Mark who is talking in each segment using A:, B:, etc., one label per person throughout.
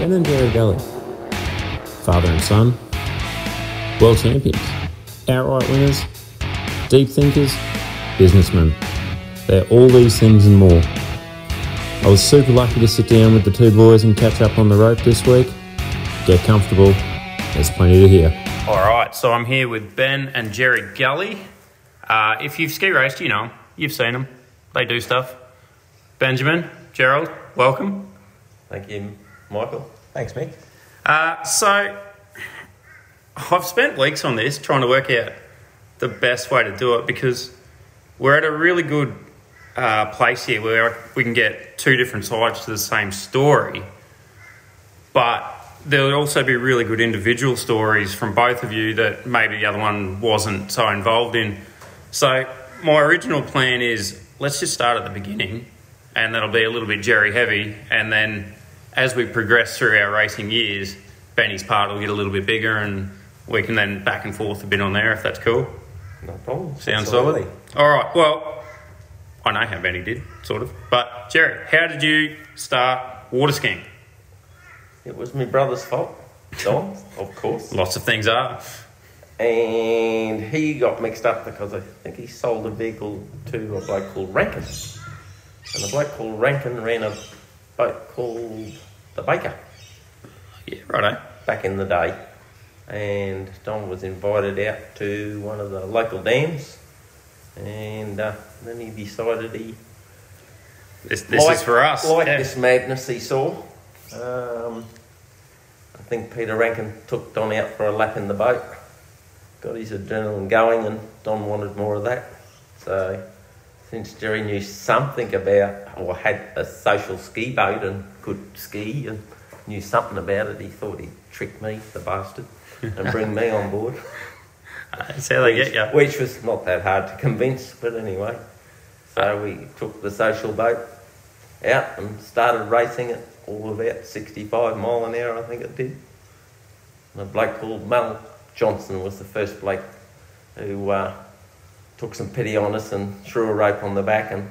A: and then Derek Belly. Father and son, world champions, outright winners, deep thinkers, businessmen. They're all these things and more. I was super lucky to sit down with the two boys and catch up on the rope this week. Get comfortable, there's plenty to hear.
B: All right, so I'm here with Ben and Jerry Gully. Uh, if you've ski raced, you know 'em. You've seen them. They do stuff. Benjamin, Gerald, welcome.
C: Thank you, Michael.
D: Thanks, Mick.
B: Uh, so, I've spent weeks on this trying to work out the best way to do it because we're at a really good uh, place here where we can get two different sides to the same story, but there'll also be really good individual stories from both of you that maybe the other one wasn't so involved in. So, my original plan is let's just start at the beginning, and that'll be a little bit Jerry heavy, and then as we progress through our racing years, Benny's part will get a little bit bigger, and we can then back and forth a bit on there if that's cool.
C: No problem.
B: Sounds
D: Absolutely.
B: solid. All right. Well, I know how Benny did, sort of. But Jerry, how did you start water skiing?
C: It was my brother's fault, Don, of course.
B: Lots of things are.
C: And he got mixed up because I think he sold a vehicle to a bloke called Rankin. And the bloke called Rankin ran a boat called the Baker
B: Yeah, righto.
C: back in the day. And Don was invited out to one of the local dams. And uh, then he decided he
B: This, this
C: like,
B: is for us.
C: Like
B: Yeah.
C: this madness he saw. Um, I think Peter Rankin took Don out for a lap in the boat. Got his adrenaline going, and Don wanted more of that. So, since Jerry knew something about, or had a social ski boat and could ski and knew something about it, he thought he'd trick me, the bastard, and bring me on board.
B: That's how they get you.
C: Which was not that hard to convince, but anyway. So we took the social boat out and started racing it all about 65 mile an hour, I think it did. And a bloke called Mel Johnson was the first bloke who uh, took some pity on us and threw a rope on the back and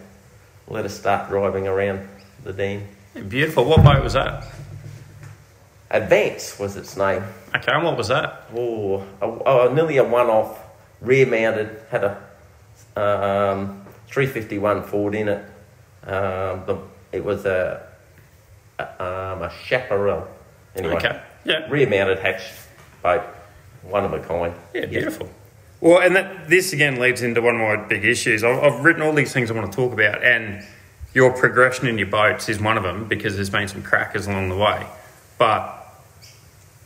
C: let us start driving around the dam.
B: Beautiful. What boat was that?
C: Advance was its name.
B: Okay, and what was that?
C: Oh, a, a, nearly a one-off, rear-mounted, had a um, 351 Ford in it. Um, the, it was a, a, um, a Chaparral. Anyway,
B: Okay. Yeah.
C: rear-mounted hatch boat, one of a kind.
B: Yeah, beautiful. Well, and that this again leads into one of my big issues. I've, I've written all these things I want to talk about, and your progression in your boats is one of them because there's been some crackers along the way. But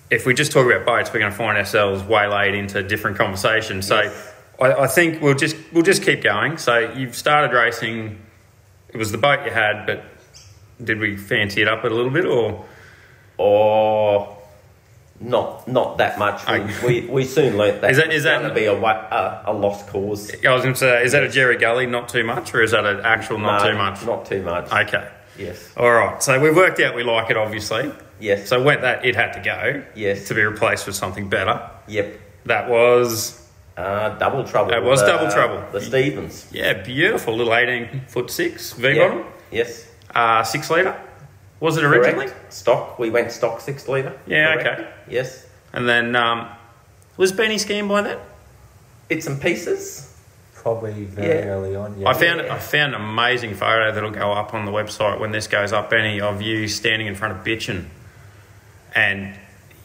B: if we just talk about boats, we're going to find ourselves waylaid into different conversations. So I, I think we'll just we'll just keep going. So you've started racing. It was the boat you had, but did we fancy it up a little bit, or
C: Or not, not that much. We,
B: Okay.
C: we, we soon learnt that
B: Is that-
C: it
B: is
C: was
B: that-
C: going to be a, wa- a, a lost cause.
B: I was going to say, is that a Jerry Gully not too much, or is that an actual not
C: No,
B: too much?
C: Not too much.
B: Okay.
C: yes.
B: All right. So we've worked out we like it, obviously.
C: Yes.
B: So went that it had to go.
C: Yes.
B: To be replaced with something better.
C: Yep.
B: That was
C: Uh, double trouble.
B: That was
C: with,
B: Double
C: uh,
B: Trouble.
C: The Stevens.
B: yeah, beautiful little eighteen foot six V
C: Yeah.
B: bottom,
C: Yes.
B: uh, six liter. Was it originally?
C: Correct. Stock. We went stock six litre.
B: Yeah,
C: Correct.
B: okay.
C: Yes.
B: And then um, was Benny skiing by that?
C: Bits and pieces.
D: Probably very
C: Yeah.
D: early on. Yeah.
B: I found I found an amazing photo that'll go up on the website when this goes up, Benny, of you standing in front of Bitchin, and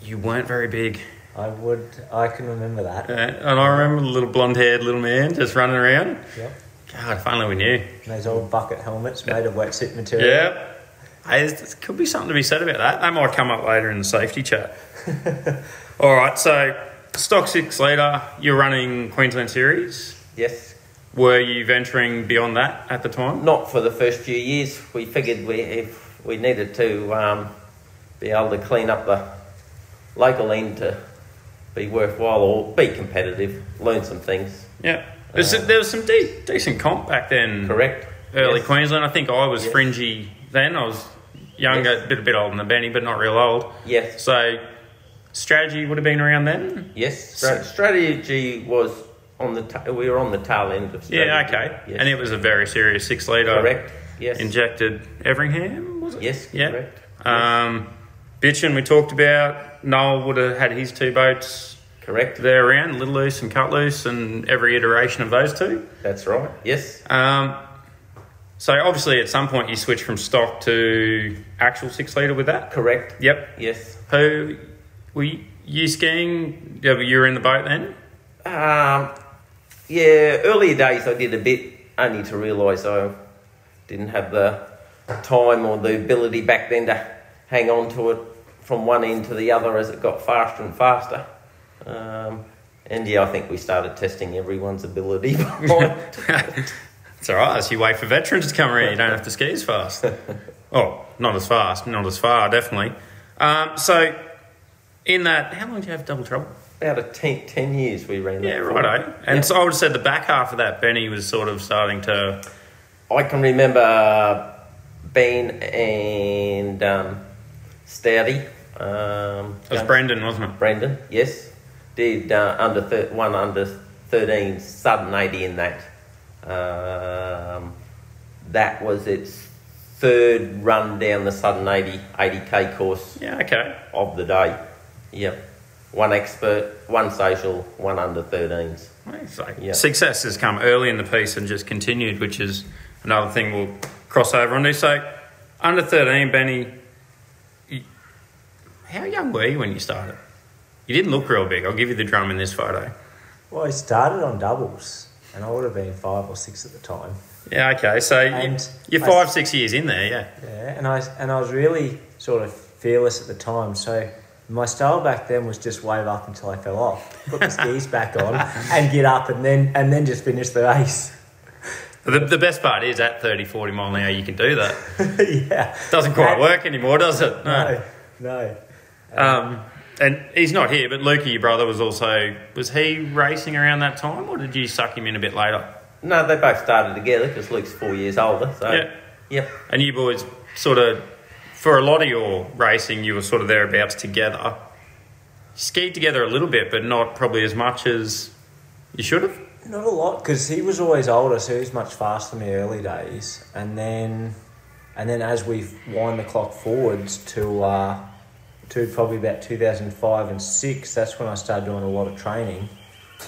B: you weren't very big.
D: I would. I can remember that.
B: Uh, and I remember the little blonde haired little man just running around.
D: Yep.
B: God, if only we knew.
D: And those old bucket helmets made of wetsuit material.
B: Yeah. Hey, there's- there could be something to be said about that. That might come up later in the safety chat. All right, so stock six litre, you're running Queensland Series.
C: Yes.
B: Were you venturing beyond that at the time?
C: Not for the first few years. We figured we if we needed to um, be able to clean up the local end to be worthwhile or be competitive, learn some things.
B: Yeah. There's- there was some de- decent comp back then.
C: Uh, Correct.
B: Early
C: Yes.
B: Queensland. I think I was
C: Yes.
B: fringy then. I was younger,
C: Yes.
B: a bit, a bit older than Benny, but not real old.
C: Yes.
B: So strategy would have been around then?
C: Yes. Stra- strategy was on the ta- we were on the tail end of strategy.
B: Yeah, okay.
C: Yes.
B: And it was uh, a very serious six litre.
C: correct. Yes.
B: injected Everingham, was it?
C: Yes,
B: yeah.
C: correct.
B: Um, Bitchin, we talked about. Noel would have had his two boats
C: Correct?
B: there around, Little Loose and Cut Loose, and every iteration of those two.
C: That's right. Yes.
B: Um, so obviously, at some point, you switch from stock to actual six litre with that.
C: Correct.
B: Yep.
C: Yes.
B: Who were you, you skiing? Yeah, but you were in the boat then.
C: Um, yeah, earlier days I did a bit, only to realise I didn't have the time or the ability back then to hang on to it from one end to the other as it got faster and faster. Um, and yeah, I think we started testing everyone's ability. by-
B: It's all right. So you wait for veterans to come around. You don't have to ski as fast. oh, not as fast, not as far, definitely. Um, so in that, how long do you have double trouble?
C: About a ten, 10 years we ran that.
B: Yeah,
C: for.
B: righto. And so I would have said the back half of that, Benny was sort of starting to.
C: I can remember Ben and um, Stouty. Um,
B: It was Brendan, wasn't it?
C: Brendan, yes, did uh, under thir- one under thirteen sudden eighty in that. Um, that was its third run down the sudden 80 k course
B: Yeah, okay.
C: of the day. Yep, one expert, one social, one under thirteens.
B: So
C: Yeah.
B: Success has come early in the piece and just continued, which is another thing we'll cross over onto. So, under 13, Benny, you, how young were you when you started? You didn't look real big. I'll give you the drum in this photo.
E: Well, I started on doubles, and I would have been five or six at the time.
B: Yeah, okay. So, you,
E: And
B: you're
E: I-
B: five, six years in there, yeah.
E: Yeah, and I and I was really sort of fearless at the time. So my style back then was just wave up until I fell off, put the skis back on, and get up, and then and then just finish the race.
B: The, the best part is at 30, 40 mile an hour, you can do that.
E: yeah.
B: Doesn't quite work anymore, does it?
E: No, no.
B: Um, and he's not here, but Lukey, your brother, was also. Was he racing around that time, or did you suck him in a bit later?
C: No, they both started together because Luke's four years older. So
B: Yeah.
C: yep,
B: And you boys sort of, for a lot of your racing, you were sort of thereabouts together. Skied together a little bit, but not probably as much as you should have.
E: Not a lot, because he was always older, so he was much faster than me early days, and then, and then as we wind the clock forwards to, uh, to probably about two thousand five and six, that's when I started doing a lot of training,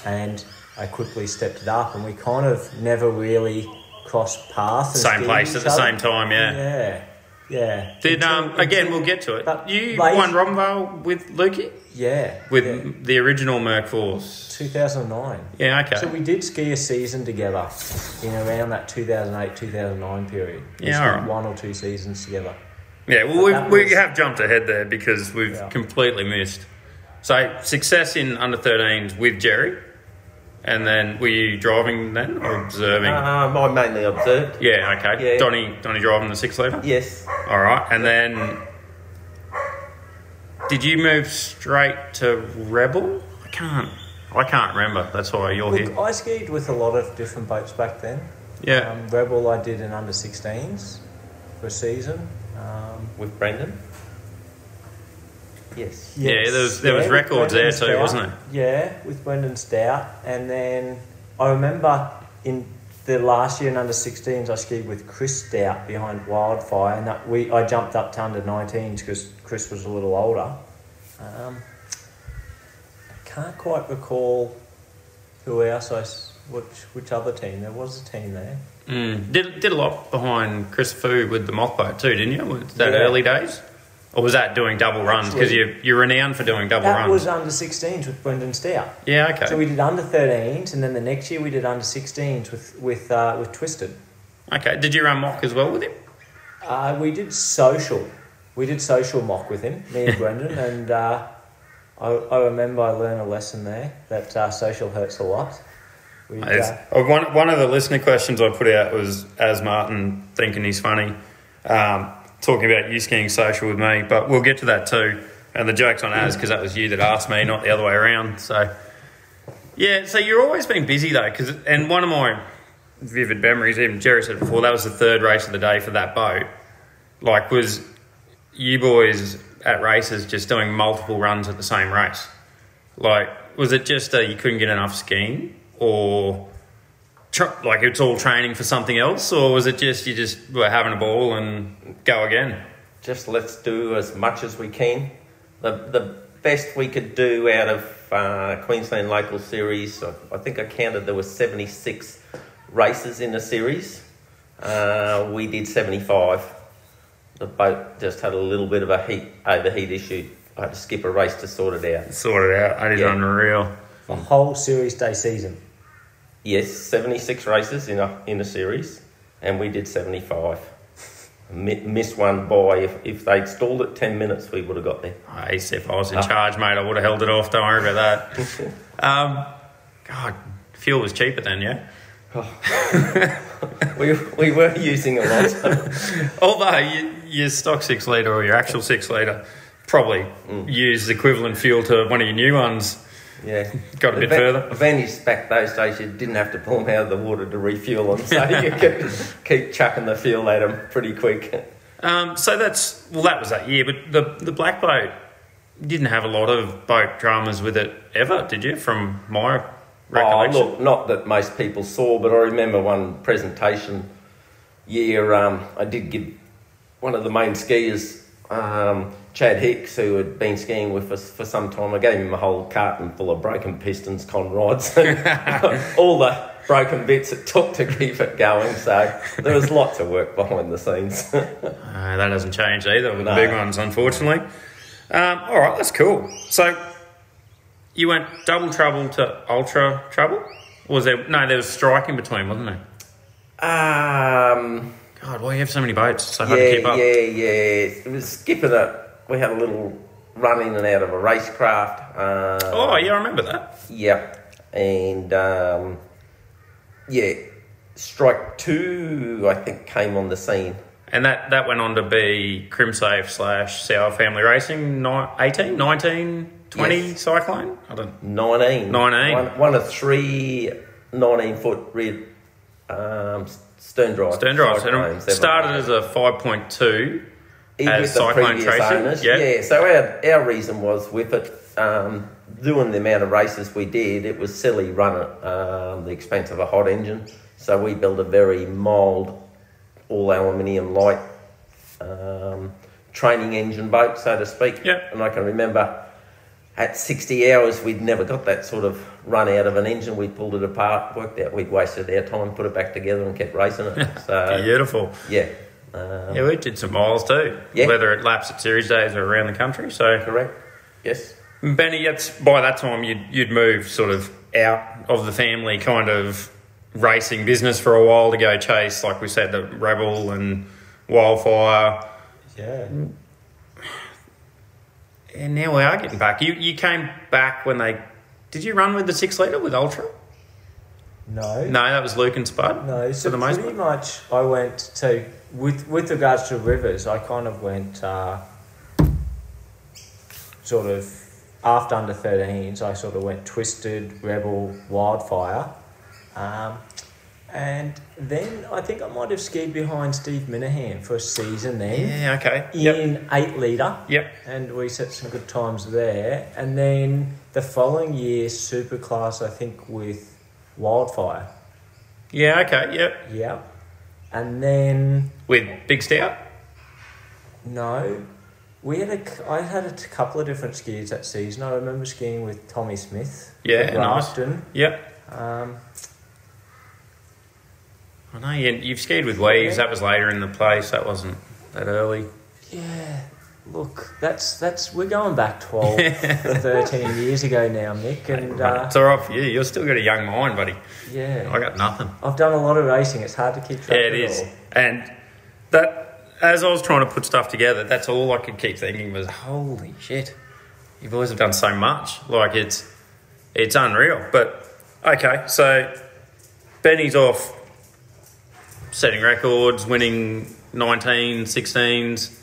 E: and I quickly stepped it up, and we kind of never really crossed paths. and
B: Same
E: skied
B: place
E: each
B: at the
E: other.
B: same time, yeah.
E: Yeah, yeah.
B: Did
E: Until-
B: um, again,
E: until-
B: we'll get to it.
E: but
B: You
E: late-
B: won Romvale with Lukey
E: yeah
B: with
E: yeah.
B: the original Merc Force.
E: two thousand nine.
B: Yeah, okay.
E: So we did ski a season together in around that 2008 2009 period. We
B: Yeah,
E: skied
B: alright.
E: one or two seasons together.
B: yeah, well,
E: that
B: we, we
E: was-
B: have jumped ahead there because we've
E: Yeah.
B: completely missed. So success in under 13s with Jerry, and then were you driving then or observing?
E: Uh-huh.
C: um, I mainly observed.
B: Yeah, okay.
C: Yeah.
B: Donny Donny driving the six litre.
C: Yes,
B: All right, and then did you move straight to Rebel? I can't. I can't remember. That's why you're
E: Look,
B: here.
E: I skied with a lot of different boats back then.
B: Yeah.
E: Um, Rebel, I did an under 16s for a season. Um,
C: with Brendan. Yes.
B: Yeah,
E: yes,
B: there was- there was
E: with
B: records there
E: Brendan
B: too,
E: Stout.
B: wasn't
E: Yeah, with Brendan Stout. And then I remember in the last year in under 16s, I skied with Chris Stout behind Wildfire, and that we I jumped up to under 19s because Chris was a little older. Um, I can't quite recall who else I s- which which other team there was a team there.
B: Mm. Did did a lot behind Chris Fu with the moth boat too, didn't you? Was that
E: Yeah.
B: early days, or was that doing double runs? Because
E: Actually-
B: you you're renowned for doing double
E: That
B: runs.
E: was under 16s with Brendan Stout.
B: yeah. Okay.
E: So we did under 13s, and then the next year we did under 16s with with uh, with Twisted.
B: okay. Did you run mock as well with him?
E: Uh, we did social. We did social mock with him, me and Brendan, and uh, I, I remember I learned a lesson there that uh, social hurts a lot. We,
B: It's-
E: uh,
B: uh, one, one of the listener questions I put out was as Martin thinking he's funny, um, talking about you skiing social with me, but we'll get to that too. And the joke's on as because that was you that asked me, not the other way around. So, yeah, so you're always been busy though. Cause, and one of my vivid memories, even Jerry said before, that was the third race of the day for that boat. Like, was you boys at races just doing multiple runs at the same race? Like, was it just that you couldn't get enough skiing, or tr- like it's all training for something else, or was it just you just were having a ball and go again?
C: just let's do as much as we can. The, the best we could do out of uh, Queensland Local Series, I, I think I counted there were 76 races in the series. Uh, we did 75. The boat just had a little bit of a heat overheat issue. I had to skip a race to sort it out.
B: Sort it out. That is
C: Yeah.
B: unreal.
D: The whole series day season.
C: Yes, 76 races in a, in a series, and we did 75. Mi- Missed one by, if, if they'd stalled it 10 minutes, we would have got there.
B: Ace, Ah, if I was in charge, mate, I would have held it off. Don't worry about that. um, God, fuel was cheaper then, yeah.
C: We, we were using a lot.
B: Although you, your stock six liter or your actual six liter probably used equivalent fuel to one of your new ones.
C: Yeah.
B: Got a bit
C: Advan-
B: further.
C: Advantage back those days, you didn't have to pull them out of the water to refuel them, so you could keep chucking the fuel at them pretty quick.
B: Um, so that's well, that was that year. But the the black boat didn't have a lot of boat dramas with it ever, did you? From my
C: Oh,
B: recollection,
C: look, not that most people saw, but I remember one presentation year um, I did give one of the main skiers, um, Chad Hicks, who had been skiing with us for some time, I gave him a whole carton full of broken pistons, con rods, all the broken bits it took to keep it going. So there was lots of work behind the scenes.
B: Uh, that hasn't changed either with
C: No.
B: the big ones, unfortunately. Um, all right, that's cool. So you went double trouble to ultra trouble. Or Was there no? There was strike in between, wasn't there?
C: um,
B: God, why do you have so many boats? It's so hard to keep
C: Yeah, yeah,
B: up.
C: yeah. It was skipping it. We had a little run in and out of a racecraft. Uh,
B: Oh yeah, I remember that.
C: Yeah. And um, yeah, Strike Two, I think, came on the scene.
B: And that, that went on to be Crimsafe slash Sour Family Racing, ni- 18, 19, 20
C: Yes.
B: Cyclone? I don't
C: 19.
B: 19.
C: One, one of three 19 foot rear um, s- stern drive.
B: Stern drive. So
C: cyclones
B: it
C: that
B: started
C: were
B: as a 5.2.
C: made.
B: as
C: With the
B: cyclone
C: previous
B: tracing,
C: owners.
B: yeah.
C: Yeah, so our, our reason was with it, um, doing the amount of races we did, it was silly run at um, the expense of a hot engine. So we built a very mild, all aluminium light um, training engine boat, so to speak.
B: Yeah.
C: And I can remember at 60 hours, we'd never got that sort of run out of an engine. We pulled it apart, worked out we'd wasted our time, put it back together, and kept racing it. So,
B: Beautiful.
C: yeah. Um,
B: Yeah, we did some miles too,
C: Yeah.
B: whether it laps at series days or around the country. So,
C: Correct? Yes.
B: Benny, it's, by that time you'd, you'd moved sort of out of the family kind of racing business for a while to go chase, like we said, the Rebel and Wildfire.
D: Yeah.
B: And now we are getting back. You you came back when they did you run with the six liter with Ultra?
D: No.
B: No, that was Luke and Spud.
D: No, so
B: for the most
D: pretty
B: part.
D: much I went to with with regards to rivers, I kind of went uh, sort of after under 13s. I sort of went twisted, rebel, wildfire, um, and then I think I might have skied behind Steve Minahan for a season then
B: Yeah. Okay. Yep.
D: in eight liter
B: Yep.
D: and we set some good times there. And then the following year, Superclass, I think with Wildfire.
B: Yeah. Okay. Yep.
D: Yep. And then
B: With Big Stout.
D: no, we had a c- I had a t- couple of different skiers that season. I remember skiing with Tommy Smith.
B: Yeah,
D: at
B: nice.
D: Rafton.
B: Yep.
D: Um,
B: I know you, you've skied with Waves. That was later in the place. That wasn't that early.
D: yeah. Look, that's that's we're going back 12, 13 years ago now, Nick, and uh,
B: it's all right for you. You've still got a young mind, buddy. I
D: yeah,
B: got nothing.
D: I've done a lot of racing. It's hard to keep
B: Yeah,
D: track.
B: it
D: of
B: is.
D: all.
B: And that, as I was trying to put stuff together, that's all I could keep thinking was, holy shit, you boys have done so much. Like it's, it's unreal. But okay, so Benny's off setting records, winning 19, 16s,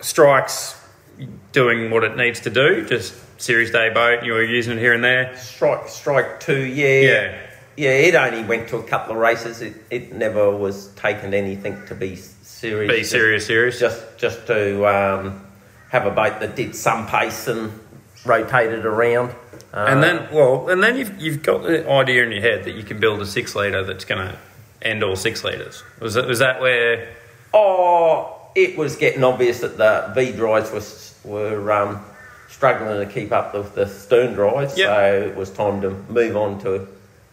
B: strikes, doing what it needs to do, just series day boat, you were using it here and there.
C: Strike, strike two, yeah.
B: Yeah.
C: Yeah, it only went to a couple of races. It, it never was taken anything to be serious.
B: Be serious, serious.
C: Just, just to um, have a boat that did some pace and rotated around. Uh,
B: And then, well, and then you've, you've got the idea in your head that you can build a six litre that's going to end all six litres. Was that, was that where
C: oh, it was getting obvious that the V drives was, were um, struggling to keep up with the stern drives,
B: Yep.
C: so it was time to move on to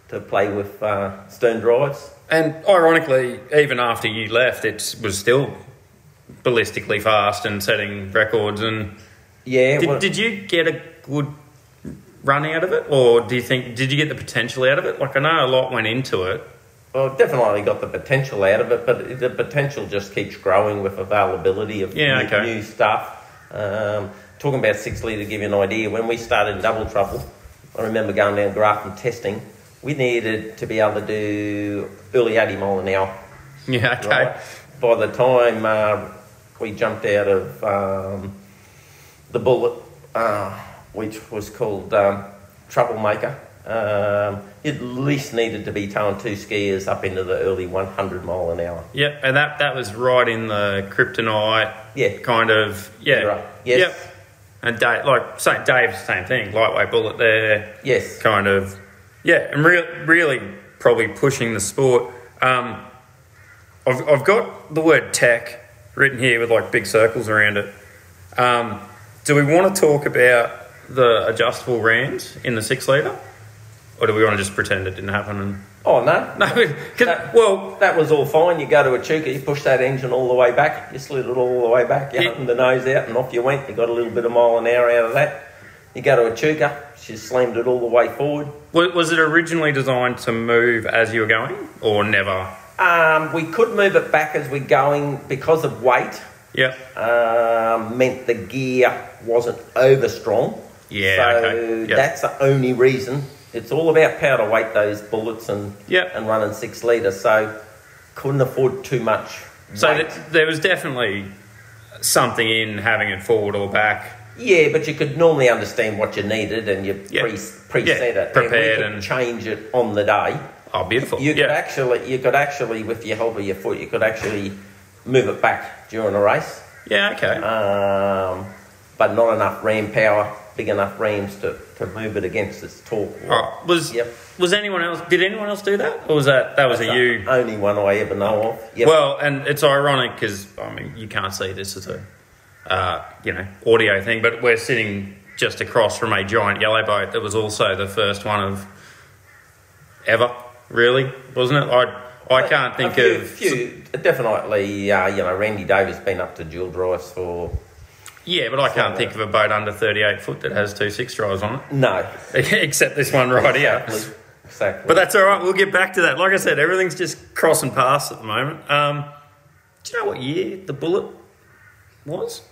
C: to play with uh, stern drives.
B: And ironically, even after you left, it was still ballistically fast and setting records. And
C: Yeah,
B: did,
C: well-
B: did you get a good run out of it, or do you think did you get the potential out of it? Like I know a lot went into it.
C: Well, definitely got the potential out of it, but the potential just keeps growing with availability of
B: Yeah,
C: new,
B: okay.
C: new stuff. Um, talking about six litre, to give you an idea, when we started Double Trouble, I remember going down Grafton testing. We needed to be able to do early 80 mile an hour.
B: Yeah, okay.
C: Right? By the time uh, we jumped out of um, the bullet, uh, which was called um, Troublemaker. Um, you at least needed to be towing two skiers up into the early 100 mile an hour.
B: Yep, and that that was right in the kryptonite.
C: Yeah.
B: kind of. Yeah.
C: Right. Yes.
B: Yep. And Dave, like same, Dave's the same thing. Lightweight bullet there.
C: Yes.
B: Kind of. Yeah, and re- really probably pushing the sport. Um, I've I've got the word tech written here with like big circles around it. Um, do we want to talk about the adjustable rams in the six liter, or do we want to just pretend it didn't happen?
C: Oh, no.
B: And no, 'cause-
C: That-
B: well,
C: That was all fine. You go to a chuka, you push that engine all the way back, you slid it all the way back, you
B: Yeah.
C: opened the nose out, and off you went. You got a little bit of mile an hour out of that. You go to a chuka, she slammed it all the way forward.
B: Was, was it originally designed to move as you were going, or never?
C: Um, we could move it back as we're going because of weight.
B: Yep.
C: Um, meant the gear wasn't over strong.
B: Yeah,
C: So
B: okay, yep.
C: that's the only reason. It's all about powder weight. Those bullets and
B: Yep.
C: and running six litre. So couldn't afford too much.
B: So
C: weight.
B: th- there was definitely something in having it forward or back.
C: yeah, but you could normally understand what you needed and you
B: Yeah.
C: pre pre
B: Yeah,
C: set it.
B: prepared
C: and, we could
B: and-
C: change it on the day.
B: Oh, beautiful.
C: You
B: yeah.
C: could actually, you could actually, with your help of your foot, you could actually move it back during a race.
B: yeah, okay.
C: um, but not enough ram power, big enough rams to, to move it against its torque.
B: All right. Was
C: Yep.
B: was anyone else? Did anyone else do that, or was that that was
C: That's
B: a you?
C: the only one I ever know of. Yep.
B: Well, and it's ironic because I mean you can't see this as a uh, you know audio thing, but we're sitting just across from a giant yellow boat that was also the first one of ever, really, wasn't it? I I can't think
C: a
B: of
C: few, few definitely. Uh, you know, Randy Davis been up to dual drives for
B: yeah, but I can't think of a boat under thirty eight foot that has two six drives on
C: no,
B: it, except this one right here.
C: exactly, exactly.
B: But that's all right. We'll get back to that. Like I said, everything's just cross and pass at the moment. Um, do you know what year the bullet was?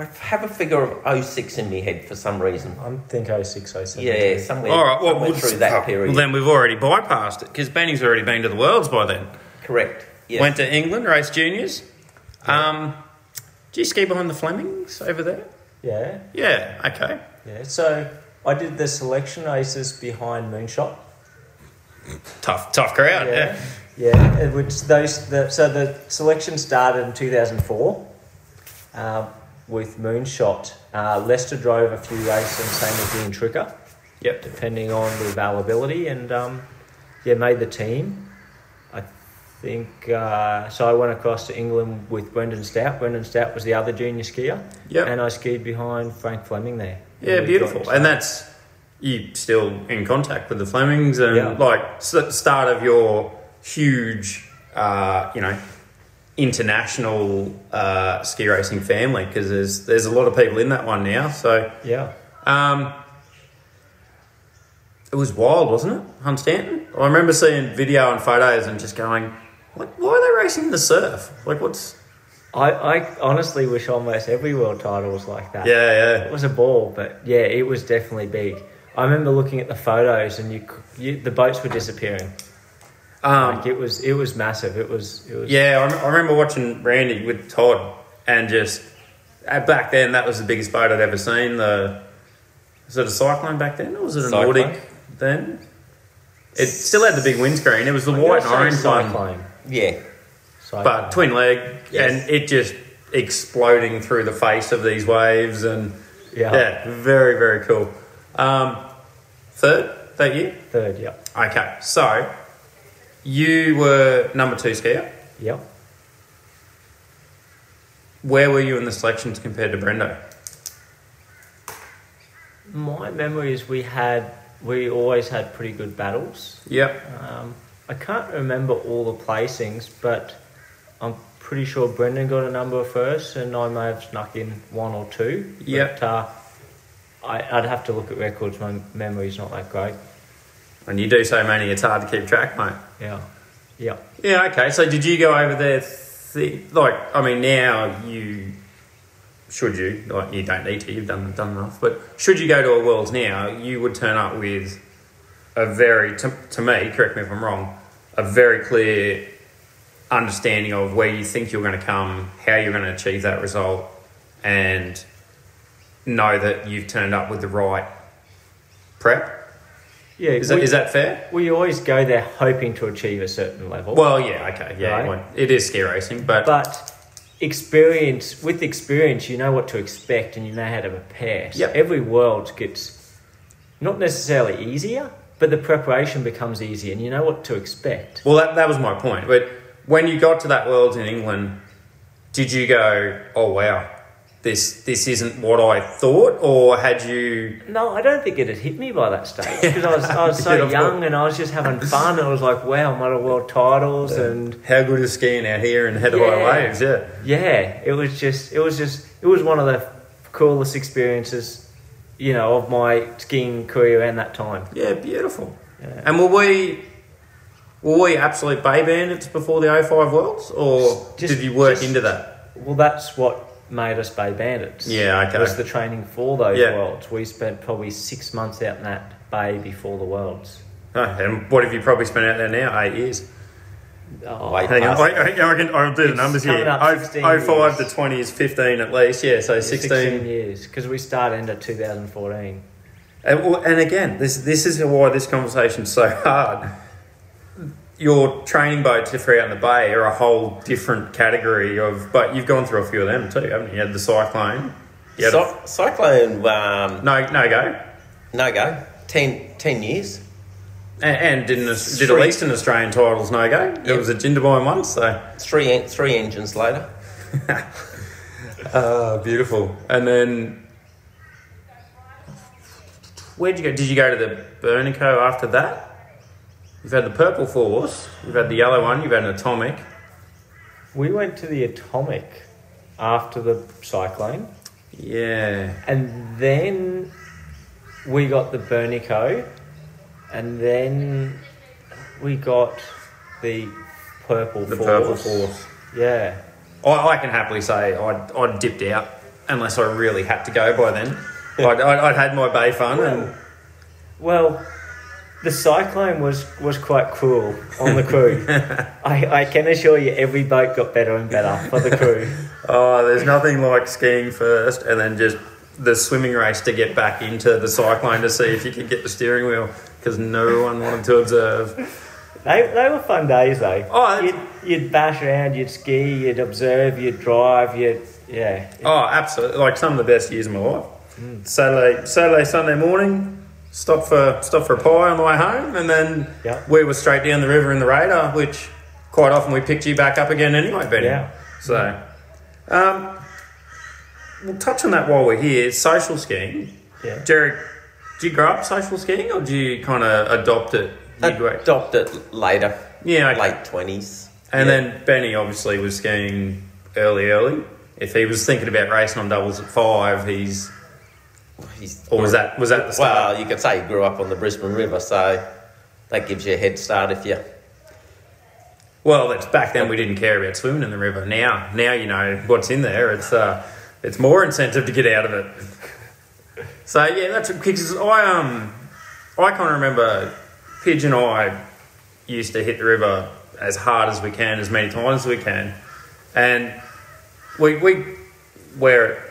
C: I have a figure of 06 in my head for some reason.
D: I'm think 06, 07.
C: Yeah, somewhere,
B: All right, well,
C: somewhere
B: we'll
C: through
B: just-
C: that period.
B: Well, then we've already bypassed it because Benny's already been to the Worlds by then.
C: Correct. Yes.
B: Went to England, raced juniors. Um, do you ski behind the Flemings over there?
D: Yeah.
B: Yeah, okay.
D: Yeah. So I did the selection races behind Moonshot.
B: Tough, tough crowd, yeah.
D: Yeah. Yeah. it- Which those the, so the selection started in 2004 uh, with Moonshot. Uh, Lester drove a few races, same as Ian Tricker,
B: Yep.
D: depending on the availability, and um, yeah, made the team. I think uh, so. I went across to England with Brendan Stout. Brendan Stout was the other junior skier,
B: Yep.
D: and I skied behind Frank Fleming there.
B: Yeah,
D: And we
B: beautiful.
D: got-
B: And that's, you still in contact with the Flemings and
D: Yeah.
B: like s- start of your huge, uh, you know, international uh, ski racing family because there's, there's a lot of people in that one now. So
D: yeah.
B: Um, it was wild, wasn't it, Hunt Stanton? I remember seeing video and photos and just going, like, why are they racing in the surf? Like, what's.
D: I, I honestly wish almost every world title was like that. It
B: Yeah,
D: was a ball, but yeah, it was definitely big. I remember looking at the photos, and you, c- you the boats were disappearing.
B: yeah. Um,
D: Like it was, it was massive. It was, it was.
B: yeah, I, rem- I remember watching Randy with Todd and just. uh, Back then, that was the biggest boat I'd ever seen. The was it a cyclone back then, or was it a
C: Cyclone?
B: Nordic then? It still had the big windscreen. It was the white and
D: Also
B: orange one.
D: cyclone,
C: yeah.
D: cyclone.
B: but twin leg
C: Yes.
B: and it just exploding through the face of these waves and
D: Yeah.
B: very very cool um, third that year
D: third, yep,
B: okay so you were number two skier
D: yep,
B: Where were you in the selections compared to Brendo?
E: My memory is we had we always had pretty good battles.
B: Yep.
E: Um, I can't remember all the placings, but I'm pretty sure Brendan got a number first, and I may have snuck in one or two.
B: Yep.
E: But, uh, I, I'd have to look at records. My memory's not that great.
B: And you do so many, it's hard to keep track, mate.
E: Yeah. Yeah.
B: Yeah, okay. So did you go over there? Th- like, I mean, now you should you like you don't need to. You've done done enough. But should you go to a Worlds now, you would turn up with a very to, to me. Correct me if I'm wrong. A very clear understanding of where you think you're going to come, how you're going to achieve that result, and know that you've turned up with the right prep.
E: Yeah.
B: Is that,
E: we,
B: is that fair?
E: we always go there hoping to achieve a certain level.
B: Well, yeah, okay, yeah,
E: Right.
B: it won't- it is ski racing, but,
E: but experience with experience you know what to expect and you know how to prepare so
B: Yep.
E: every world gets not necessarily easier but the preparation becomes easier and you know what to expect
B: Well, that, that was my point. But when you got to that Worlds in England, did you go, oh, wow, this, this isn't what I thought? Or had you.
E: no i don't think it had hit me by that stage because i was, I was
B: Yeah,
E: so
B: of
E: young
B: course.
E: and i was just having fun and i was like wow i'm at world titles and
B: How good is skiing out here and head
E: Yeah.
B: high waves? Yeah.
E: yeah, it was just, it was just, it was one of the coolest experiences, you know, of my skiing career and that time.
B: Yeah, beautiful.
E: Yeah.
B: And were we. Were we absolute bay bandits before the 05 Worlds? Or
E: Just-
B: did you work
E: just-
B: into that?
E: Well, that's what made us Bay Bandits.
B: Yeah, okay.
E: Was the training for those
B: Yeah.
E: worlds. We spent probably six months out in that bay before the worlds.
B: Oh, and what have you probably spent out there now? Eight years.
E: Oh,
C: Wait.
B: Hang on,
C: Us.
B: I, I, I can, I'll do the
E: It's
B: numbers
E: coming
B: here.
E: up
B: Oh-
E: 16
B: 05 to
E: years.
B: 20 is 15 at least, yeah, so 16.
E: 16 years. Because we started into 2014.
B: And, well, and again, this, this is why this conversation's so hard. Your training boats, if you're out in the bay, are a whole different category of, but you've gone through a few of them too, haven't you? You had the Cyclone. You had
C: Cy- Cyclone,
B: a,
C: um,
B: no, no go.
C: no go. Ten, 10 years.
B: And, and did, an, Aus- did at
C: Three.
B: least an Australian titles no go. It
C: Yep.
B: was a Jindabyne one, so.
C: Three, en- three engines later.
B: Ah, beautiful. And then, where'd you go? Did you go to the Bernico after that? You've had the purple force. You've had the yellow one. You've had an atomic.
E: We went to the Atomic after the Cyclone.
B: Yeah.
E: And then we got the Bernico. And then we got the Purple
B: The
E: Force.
B: purple force.
E: Yeah.
B: I, I can happily say I I dipped out unless I really had to go by then. I'd, I'd, I'd had my bay fun and
E: Well, the cyclone was, was quite cruel on the crew. I, I can assure you, every boat got better and better for the crew.
B: oh, there's nothing like skiing first and then just the swimming race to get back into the cyclone to see if you could get the steering wheel because no one wanted to observe.
E: They, they were fun days though.
B: Oh, that's-
E: you'd, you'd bash around, you'd ski, you'd observe, you'd drive, you'd yeah.
B: Oh, absolutely! Like some of the best years of my life.
E: Mm.
B: Saturday, Saturday, Sunday morning, stop for stop for a pie on the way home, and then
E: Yeah.
B: we were straight down the river in the radar, which quite often we picked you back up again anyway, Benny.
E: Yeah.
B: So, um, we'll touch on that while we're here. Social skiing,
E: Yeah.
B: Jerry. Did you grow up social skiing, or did you kind of adopt it? midway?
C: Adopt it later.
B: Yeah, okay.
C: Late 20s.
B: And
C: Yeah.
B: then Benny obviously was skiing early, early. If he was thinking about racing on doubles at five, he's
C: He's-
B: or was that was that the start?
C: Well, you could say he grew up on the Brisbane River, so that gives you a head start if you.
B: Well, it's back then we didn't care about swimming in the river. Now, now you know what's in there. It's uh, it's more incentive to get out of it. So yeah, that's what kicks. us- I um, I kind of remember Pigeon and I used to hit the river as hard as we can, as many times as we can, and we we we're at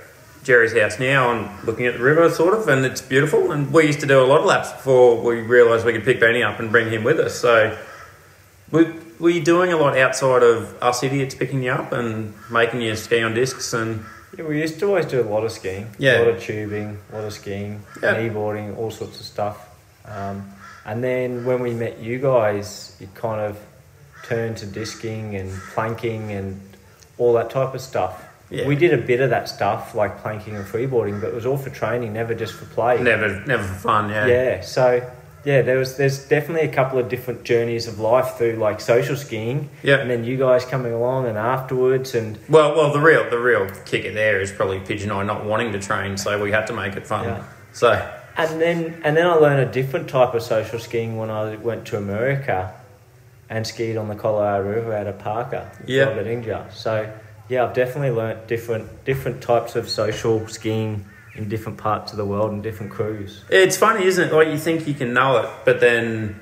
B: Jerry's house now and looking at the river, sort of, and it's beautiful. And we used to do a lot of laps before we realised we could pick Benny up and bring him with us. So. Were, were you doing a lot outside of us idiots picking you up and making you ski on discs and
E: Yeah, we used to always do a lot of skiing.
B: Yeah.
E: A lot of tubing, a lot of skiing,
B: Yeah.
E: kneeboarding, all sorts of stuff. Um, and then when we met you guys, it kind of turned to disking and planking and all that type of stuff.
B: Yeah.
E: We did a bit of that stuff like planking and freeboarding, but it was all for training, never just for play.
B: Never, never for fun. Yeah.
E: Yeah. So yeah, there was there's definitely a couple of different journeys of life through like social skiing.
B: Yeah.
E: And then you guys coming along and afterwards and
B: Well, well, the real, the real kicker there is probably Pigeon Eye not wanting to train, so we had to make it fun.
E: Yeah.
B: So
E: and then and then I learned a different type of social skiing when I went to America and skied on the Colorado River out of Parker, with
B: Yeah.
E: Robert Inger. So yeah, I've definitely learnt different different types of social skiing in different parts of the world and different crews.
B: It's funny, isn't it? Like you think you can know it, but then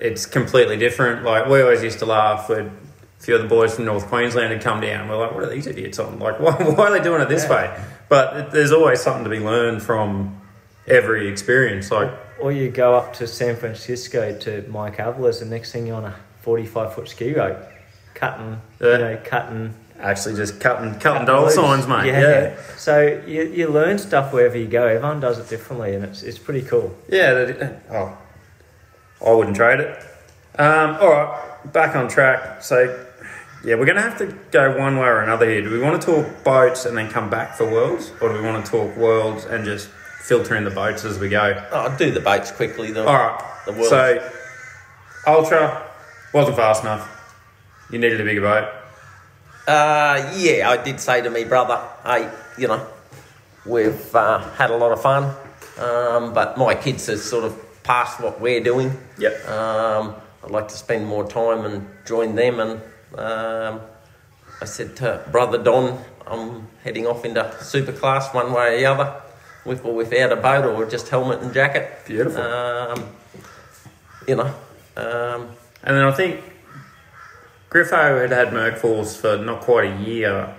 B: it's completely different. Like we always used to laugh when a few of the boys from North Queensland had come down. We're like, what are these idiots on? Like, why, why are they doing it this way? But it, there's always something to be learned from every experience. Like,
E: Or you go up to San Francisco to Mike Avalas, and next thing you're on a 45 foot ski rope, cutting,
B: Yeah.
E: you know, cutting.
B: actually just cutting cutting dollar signs, mate.
E: Yeah.
B: Yeah,
E: So you, you learn stuff wherever you go. Everyone does it differently, and it's, it's pretty cool.
B: yeah. that- oh, I wouldn't trade it. Um, all right, back on track. So. Yeah, we're going to have to go one way or another here. Do we want to talk boats and then come back for worlds, or do we want to talk worlds and just filter in the boats as we go?
C: Oh, I'll do the baits quickly though.
B: All right.
C: The Worlds.
B: So, ultra wasn't fast enough. You needed a bigger boat.
C: Uh, yeah, I did say to me brother, hey, you know, we've uh, had a lot of fun, um, but my kids are sort of past what we're doing.
B: Yep.
C: Um, I'd like to spend more time and join them. And um, I said to brother Don, I'm heading off into superclass one way or the other, with or without a boat or just helmet and jacket.
B: Beautiful.
C: Um, you know, um,
B: And then I think Griffo had had Merkforce for not quite a year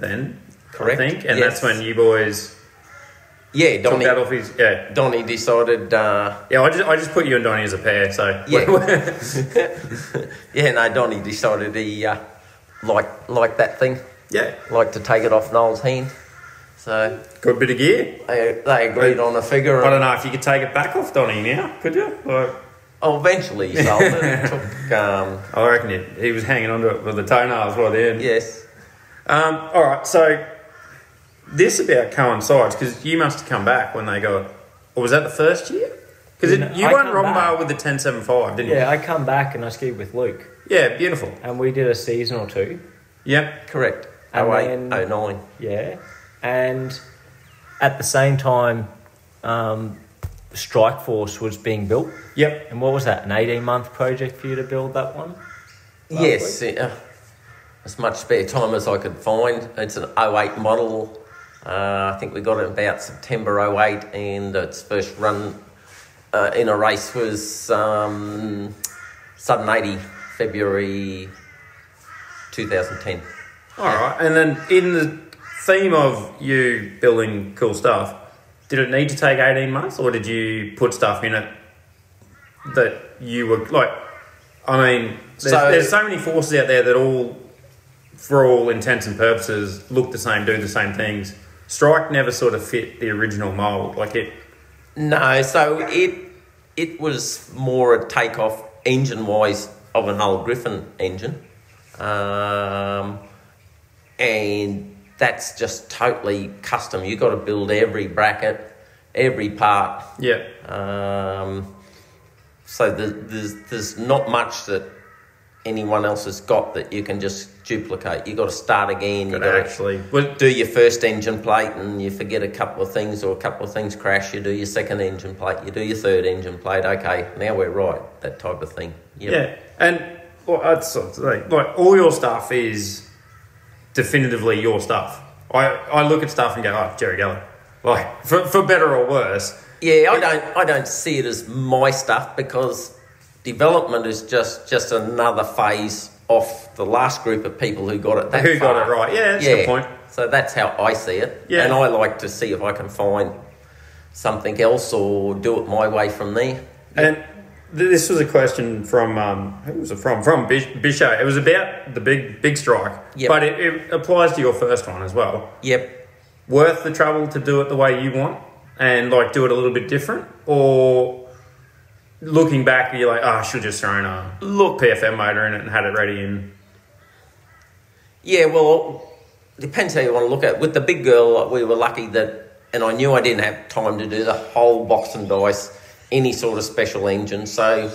B: then.
C: Correct,
B: I think. And that's
C: yes.
B: when you boys
C: yeah,
B: took
C: Donny.
B: that off his. Yeah.
C: Donny decided. Uh,
B: Yeah, I just, I just put you and Donnie as a pair, so.
C: Yeah. yeah, no, Donny decided he uh, liked like that thing,
B: yeah.
C: liked to take it off Noel's hand. So
B: Good bit of gear.
C: they, they agreed on a figure.
B: I
C: and-
B: don't know if you could take it back off Donnie now, could you? Like,
E: uh,
C: Oh, eventually he sold it. it took, um,
B: I reckon it, he was hanging onto it with the toenails right there.
C: yes.
B: Um, all right, so this about coincides because you must have come back when they got, or was that the first year? Because
E: No,
B: you
E: I
B: won
E: come
B: Rombar
E: back.
B: with the ten seven five, didn't
E: Yeah, I come back and I ski with Luke,
B: you? Yeah, beautiful.
E: and we did a season or two.
B: Yep.
C: Correct.
E: And
C: 08,
E: then-
C: 09.
E: Yeah. And at the same time, um, Strike Force was being built.
B: Yep.
E: And what was that, an 18 month project for you to build that one?
C: Yes. Uh, as much spare time as I could find. It's an 08 model. Uh, I think we got it about September 08, and its first run uh, in a race was um, Southern 80, February 2010.
B: All right, and then in the theme of you building cool stuff, did it need to take eighteen months, or did you put stuff in it that you were like? I mean, there's so,
C: So-
B: there's so many forces out there that all, for all intents and purposes, look the same, do the same things. Strike never sort of fit the original mold, like it.
C: No, so it it was more a takeoff engine wise of an old Griffin engine, um, and that's just totally custom. You got to build every bracket, every part.
B: Yeah,
C: Um, so there's, there's there's not much that anyone else has got that you can just duplicate. You got to start again. You
B: but
C: got to
B: actually, well,
C: do your first engine plate and you forget a couple of things or a couple of things crash, you do your second engine plate, you do your third engine plate, okay, now we're right, that type of thing.
B: yeah, and well, that's sort of like, like all your stuff is definitively your stuff. I, I look at stuff and go, oh, Jerry Geller. Like, for, for better or worse.
C: Yeah, I don't I don't see it as my stuff because development is just just another phase off the last group of people who got it that
B: Who got
C: far.
B: it right. Yeah, that's a good point.
C: So that's how I see it.
B: Yeah.
C: And I like to see if I can find something else or do it my way from there.
B: And th- this was a question from, um, who was it from? From Bish- Bisho. It was about the big big strike,
C: Yep.
B: but it, it applies to your first one as well.
C: Yep.
B: Worth the trouble to do it the way you want and like do it a little bit different? Or looking back, you're like, oh, I should have just thrown a look PFM motor in it and had it ready. And
C: Yeah, well, depends how you want to look at it. With the big girl, we were lucky that, and I knew I didn't have time to do the whole box and dice, any sort of special engine. So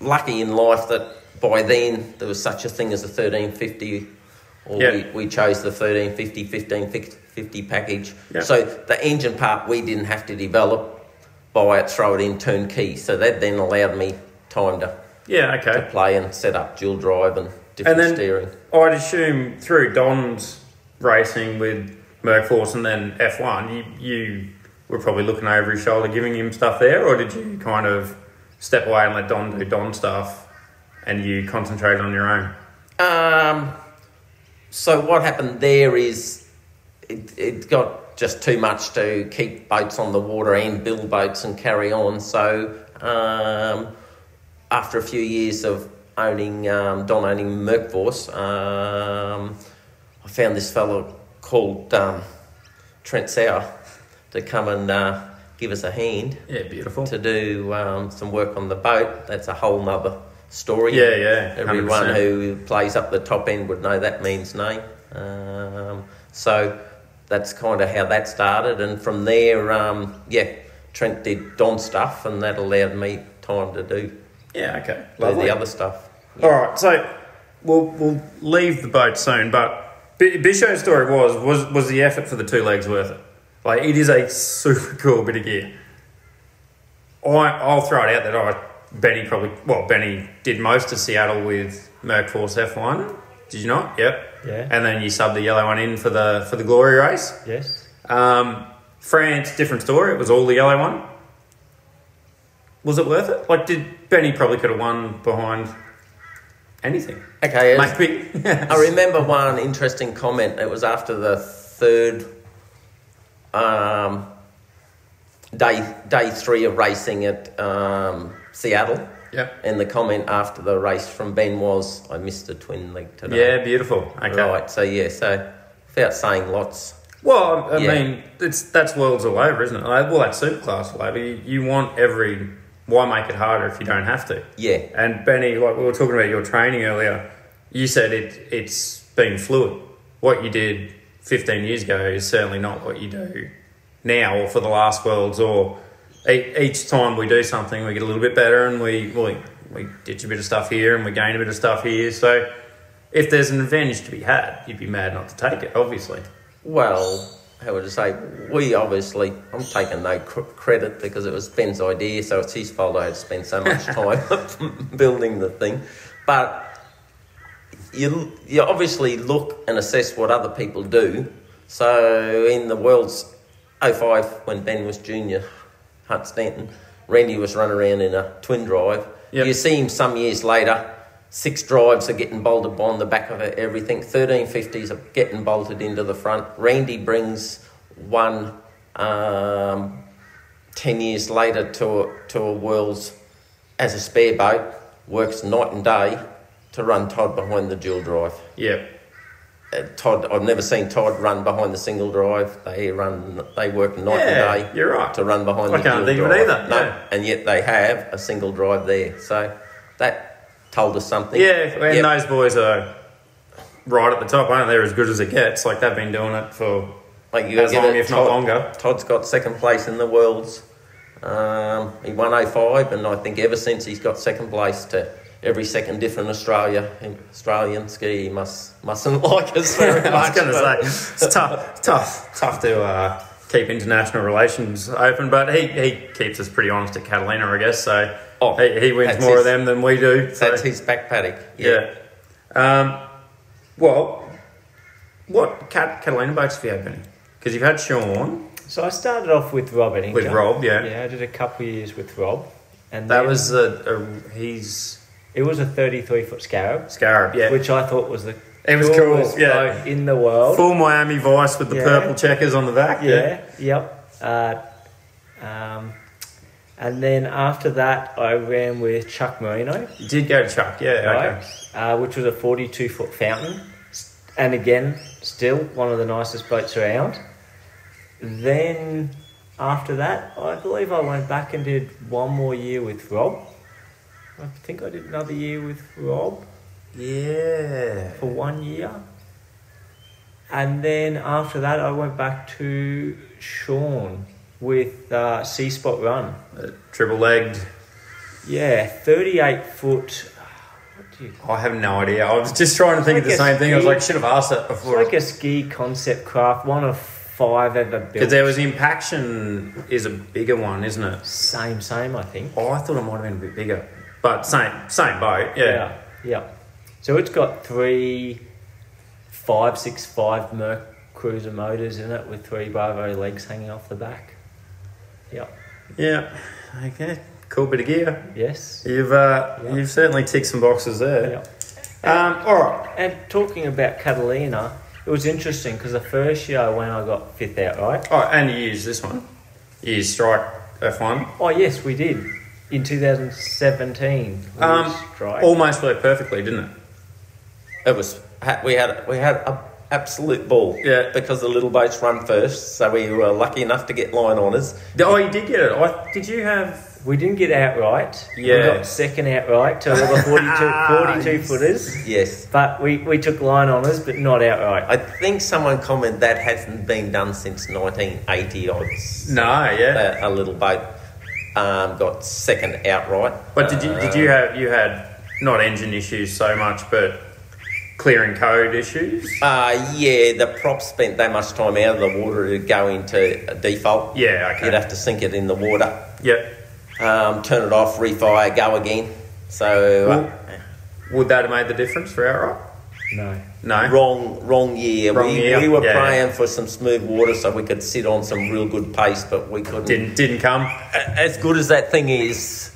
C: lucky in life that by then there was such a thing as a 1350, or
B: Yeah.
C: we, we chose the 1350, 1550 package.
B: Yeah.
C: So the engine part we didn't have to develop, buy it, throw it in turnkey. So that then allowed me time to
B: Yeah, okay.
C: play and set up dual drive and different
B: and then
C: steering.
B: I'd assume through Don's racing with Merckforce and then F1, you, you were probably looking over his shoulder, giving him stuff there, or did you kind of step away and let Don do Don stuff and you concentrate on your own?
C: Um, so what happened there is it, it got just too much to keep boats on the water and build boats and carry on. So um, after a few years of owning um, Don owning Merkvors, um, I found this fellow called um, Trent Sauer to come and uh, give us a hand
B: Yeah, beautiful.
C: to do um, some work on the boat. That's a whole nother story.
B: Yeah, yeah, 100%.
C: Everyone who plays up the top end would know that means name. Um, so that's kind of how that started, and from there, um, yeah, Trent did Don stuff, and that allowed me time to do,
B: Yeah, okay.
C: do
B: Lovely.
C: the other stuff.
B: All right, so we'll we'll leave the boat soon. But B- Bisho's story was was was the effort for the two legs worth it? Like it is a super cool bit of gear. I I'll throw it out that I Benny probably well Benny did most of Seattle with Merc Force F one. Did you not? Yep.
E: Yeah.
B: And then you sub the yellow one in for the for the glory race.
E: Yes.
B: Um, France, different story. It was all the yellow one. Was it worth it? Like, did Benny probably could have won behind anything?
C: Okay, it's-
B: Maybe.
C: I remember one interesting comment. It was after the third um, day day three of racing at um, Seattle,
B: Yep.
C: and the comment after the race from Ben was, "I missed a twin leg today."
B: Yeah, beautiful. Okay.
C: right. So yeah, so without saying lots,
B: Well, I I
C: Yeah.
B: mean, it's that's worlds all over, isn't it? Like, well, that's super class all over. You, you want every. Why make it harder if you don't have to?
C: Yeah.
B: And Benny, like we were talking about your training earlier, you said it it's been fluid. What you did 15 years ago is certainly not what you do now or for the last worlds or e- each time we do something we get a little bit better and we we, we ditch a bit of stuff here and we gain a bit of stuff here. So if there's an advantage to be had, you'd be mad not to take it, obviously.
C: Well, how would I say? We obviously, I'm taking no cr- credit because it was Ben's idea, so it's his fault I had spent so much time building the thing. But you, you obviously look and assess what other people do. So in the world's 05, when Ben was junior, Hunt Stanton, Randy was running around in a twin drive.
B: Yep.
C: You see him some years later, six drives are getting bolted on the back of it, everything. 1350s are getting bolted into the front. Randy brings one um, 10 years later to a, to a Worlds as a spare boat, works night and day to run Todd behind the dual drive.
B: Yep.
C: Uh, Todd, I've never seen Todd run behind the single drive. They run, they work night
B: Yeah,
C: and day.
B: you're right.
C: To run behind
B: I
C: the
B: can't
C: dual
B: think of it
C: drive.
B: either,
C: No,
B: yeah.
C: and yet they have a single drive there. So that told us something.
B: Yeah, and
C: Yep.
B: those boys are right at the top, aren't they? They're as good as it gets. Like they've been doing it for
C: Like you
B: as
C: give
B: long,
C: it-
B: if not longer.
C: Todd's got second place in the worlds. Um, he won 05, and I think ever since he's got second place to every second different Australia Australian ski. He must mustn't like us very much.
B: I was going to
C: but-
B: say it's tough, tough, tough to uh, keep international relations open, but he, he keeps us pretty honest at Catalina, I guess. So
C: Oh,
B: he, he wins
C: that's
B: more of
C: his-
B: them than we do. So,
C: that's his back paddock.
B: yeah. Um, well, what Cat- Catalina boats have you had, Benny? Because you've had Sean
E: So I started off with Rob Ingham.
B: with Rob, yeah.
E: Yeah, I did a couple of years with Rob, and
B: That
E: then
B: was a, a he's
E: it was a thirty-three foot scarab,
B: Scarab, yeah.
E: which I thought was the
B: It was cool,
E: coolest
B: yeah.
E: boat in the world.
B: Full Miami Vice with the
E: Yeah.
B: purple checkers on the back.
E: yeah, yep. Uh, um, and then after that, I ran with Chuck Marino,
B: You did go to Chuck, yeah.
E: right?
B: Okay.
E: Uh, which was a forty-two foot fountain, S- and again, still one of the nicest boats around. Then after that, I believe I went back and did one more year with Rob. I think I did another year with Rob.
B: Yeah.
E: for one year. And then after that, I went back to Sean with uh, C Spot Run.
B: Uh, triple legged.
E: Yeah, 38 foot. What do you
B: I have no idea. I was just trying to think of the
E: Like a
B: same thing. I was
E: ski-
B: like, should have asked that
E: It's
B: before.
E: like a ski concept craft, one of five ever
B: Because
E: built.
B: there was Impaction is a bigger one, isn't it?
E: Same, same, I think.
B: Oh, I thought it might have been a bit bigger, but same same boat. Yeah.
E: Yeah. So it's got three five six five Merc cruiser motors in it with three Bravo legs hanging off the back. Yeah.
B: Yeah. Okay. Cool bit of gear.
E: Yes.
B: You've uh,
E: Yeah.
B: you've certainly ticked some boxes there.
E: Yeah.
B: Um, all right.
E: And talking about Catalina, it was interesting because the first year when I got fifth out, right?
B: Oh, and you use this one. You use Strike F1.
E: Oh yes, we did in 2017. we
B: Um,
E: strike.
B: Almost worked perfectly, didn't it?
C: It was ha- we had we had a absolute ball.
B: Yeah.
C: Because the little boats run first, so we were lucky enough to get line honours.
B: Oh, you did get it. I, did you have.
E: we didn't get outright. we
B: Yeah.
E: got second outright to another 42, 42 footers.
C: Yes.
E: But we, we took line honours, but not outright.
C: I think someone commented that hasn't been done since 1980 odds.
B: No, yeah.
C: A, a little boat um, got second outright.
B: But did you did you have you had not engine issues so much, but clearing code issues?
C: Uh, yeah, the prop spent that much time out of the water to go into a default.
B: Yeah, okay.
C: You'd have to sink it in the water,
B: Yep.
C: um, turn it off, refire, go again. So uh,
B: Would that have made the difference for outright?
E: No.
B: No.
C: wrong, wrong year.
B: Wrong
C: we,
B: year,
C: we were
B: yeah.
C: praying for some smooth water so we could sit on some real good pace, but we couldn't.
B: Didn't didn't come.
C: A- As good as that thing is,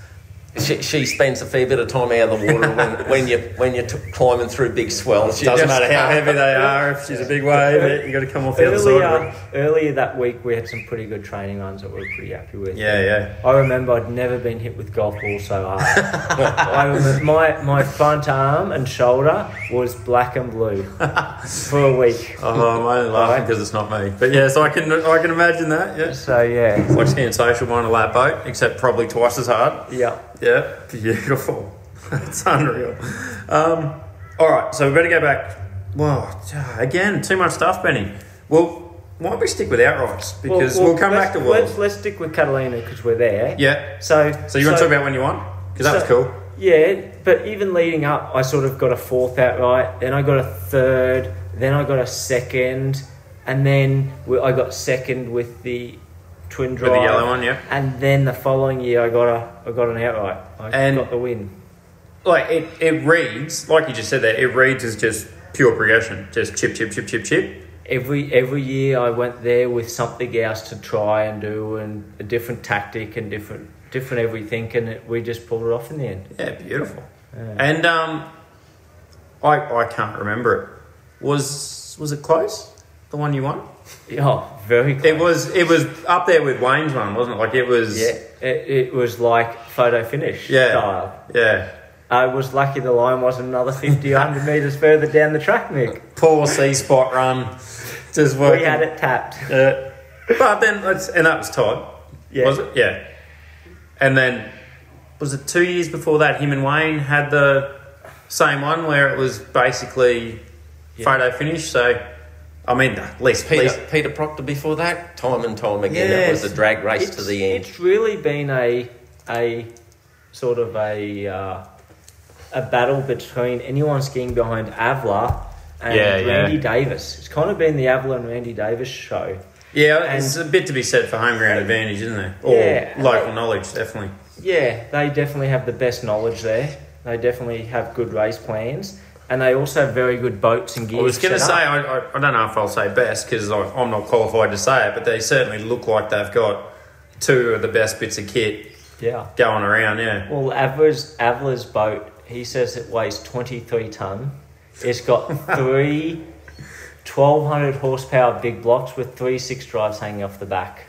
C: she, she spends a fair bit of time out of the water when, when you when you're t- climbing through big swells. You
B: Doesn't
C: just
B: matter how
C: can't-
B: heavy they are. If she's a big wave, you got to come off the other side. of
E: Earlier,
B: it.
E: earlier that week, we had some pretty good training runs that we were pretty happy with.
B: Yeah, yeah.
E: I remember I'd never been hit with golf ball so hard. I remember my, my front arm and shoulder was black and blue for a week.
B: Oh, I'm only laughing because it's not me. But yeah, so I can I can imagine that. Yeah.
E: So, yeah.
B: It's like seeing social one on a lap boat, except probably twice as hard.
E: Yeah.
B: Yeah, beautiful. It's unreal. Um, all right, so we better go back. Whoa, again, too much stuff, Benny. Well, why don't we stick with outrights because we'll, come
E: let's-
B: back to
E: Let's,
B: world.
E: let's stick with Catalina because we're there.
B: Yeah.
E: So,
B: So you want to talk about when you won? Because that was
E: So-
B: cool.
E: Yeah, but even leading up, I sort of got a fourth outright, then I got a third, then I got a second, and then we- I got second with the twin
B: the
E: drive.
B: yellow one, yeah.
E: And then the following year, I got a, I got an outright. I
B: And-
E: got the win.
B: Like it, it reads like you just said there. It reads as just pure progression, just chip, chip, chip, chip, chip.
E: Every every year, I went there with something else to try and do, and a different tactic and different different everything, and it, we just pulled it off in the end.
B: Yeah, beautiful.
E: Yeah.
B: And um, I I can't remember it. Was was it close? The one you won?
E: Oh, very. Close.
B: It was it was up there with Wayne's one, wasn't it? Like it was
C: Yeah.
E: It, it was like photo finish
B: Yeah.
E: style.
B: yeah.
E: I was lucky the line wasn't another 50, 100 metres further down the track, Nick.
B: Poor C spot run. Just
E: We
B: working.
E: had it tapped.
B: Uh, but then let's and that was Todd.
E: Yeah.
B: Was it? Yeah. And then was it two years before that him and Wayne had the same one where it was basically photo finish, so I mean at least,
C: Peter,
B: least
C: Peter Proctor before that, time and time again, it was
B: Yes.
C: a drag race
E: It's-
C: to the end.
E: It's really been a, a sort of a, uh, a battle between anyone skiing behind Avla and
B: Yeah, yeah.
E: Randy Davis. It's kind of been the Avla and Randy Davis show.
B: Yeah,
E: And-
B: it's a bit to be said for home ground advantage, isn't there? Or
E: Yeah.
B: local knowledge, definitely.
E: Yeah, they definitely have the best knowledge there. They definitely have good race plans. And they also have very good boats and gear.
B: I was going to
E: set
B: say,
E: up.
B: I, I, I don't know if I'll say best because I'm not qualified to say it, but they certainly look like they've got two of the best bits of kit
E: Yeah.
B: going around, yeah.
E: Well, Avla's, Avla's boat, he says it weighs 23 ton. It's got three 1200 horsepower big blocks with three six drives hanging off the back.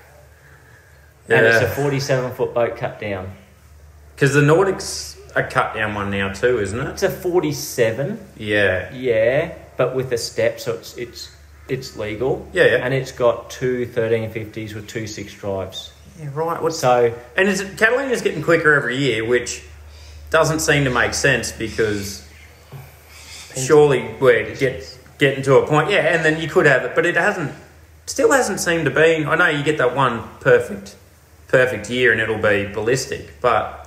E: And it's a
B: Yeah.
E: 47 foot boat cut down.
B: Because the Nordics are cut down one now, too, isn't it?
E: It's a 47,
B: Yeah.
E: yeah, but with a step, so it's it's it's legal.
B: Yeah, yeah.
E: And it's got two 1350s with two six drives.
B: Yeah, right. What's
E: So,
B: And is it, Catalina's getting quicker every year, which doesn't seem to make sense because surely we're get, getting to a point. Yeah, and then you could have it, but it hasn't. Still hasn't seemed to be. I know you get that one perfect, perfect year, and it'll be ballistic. But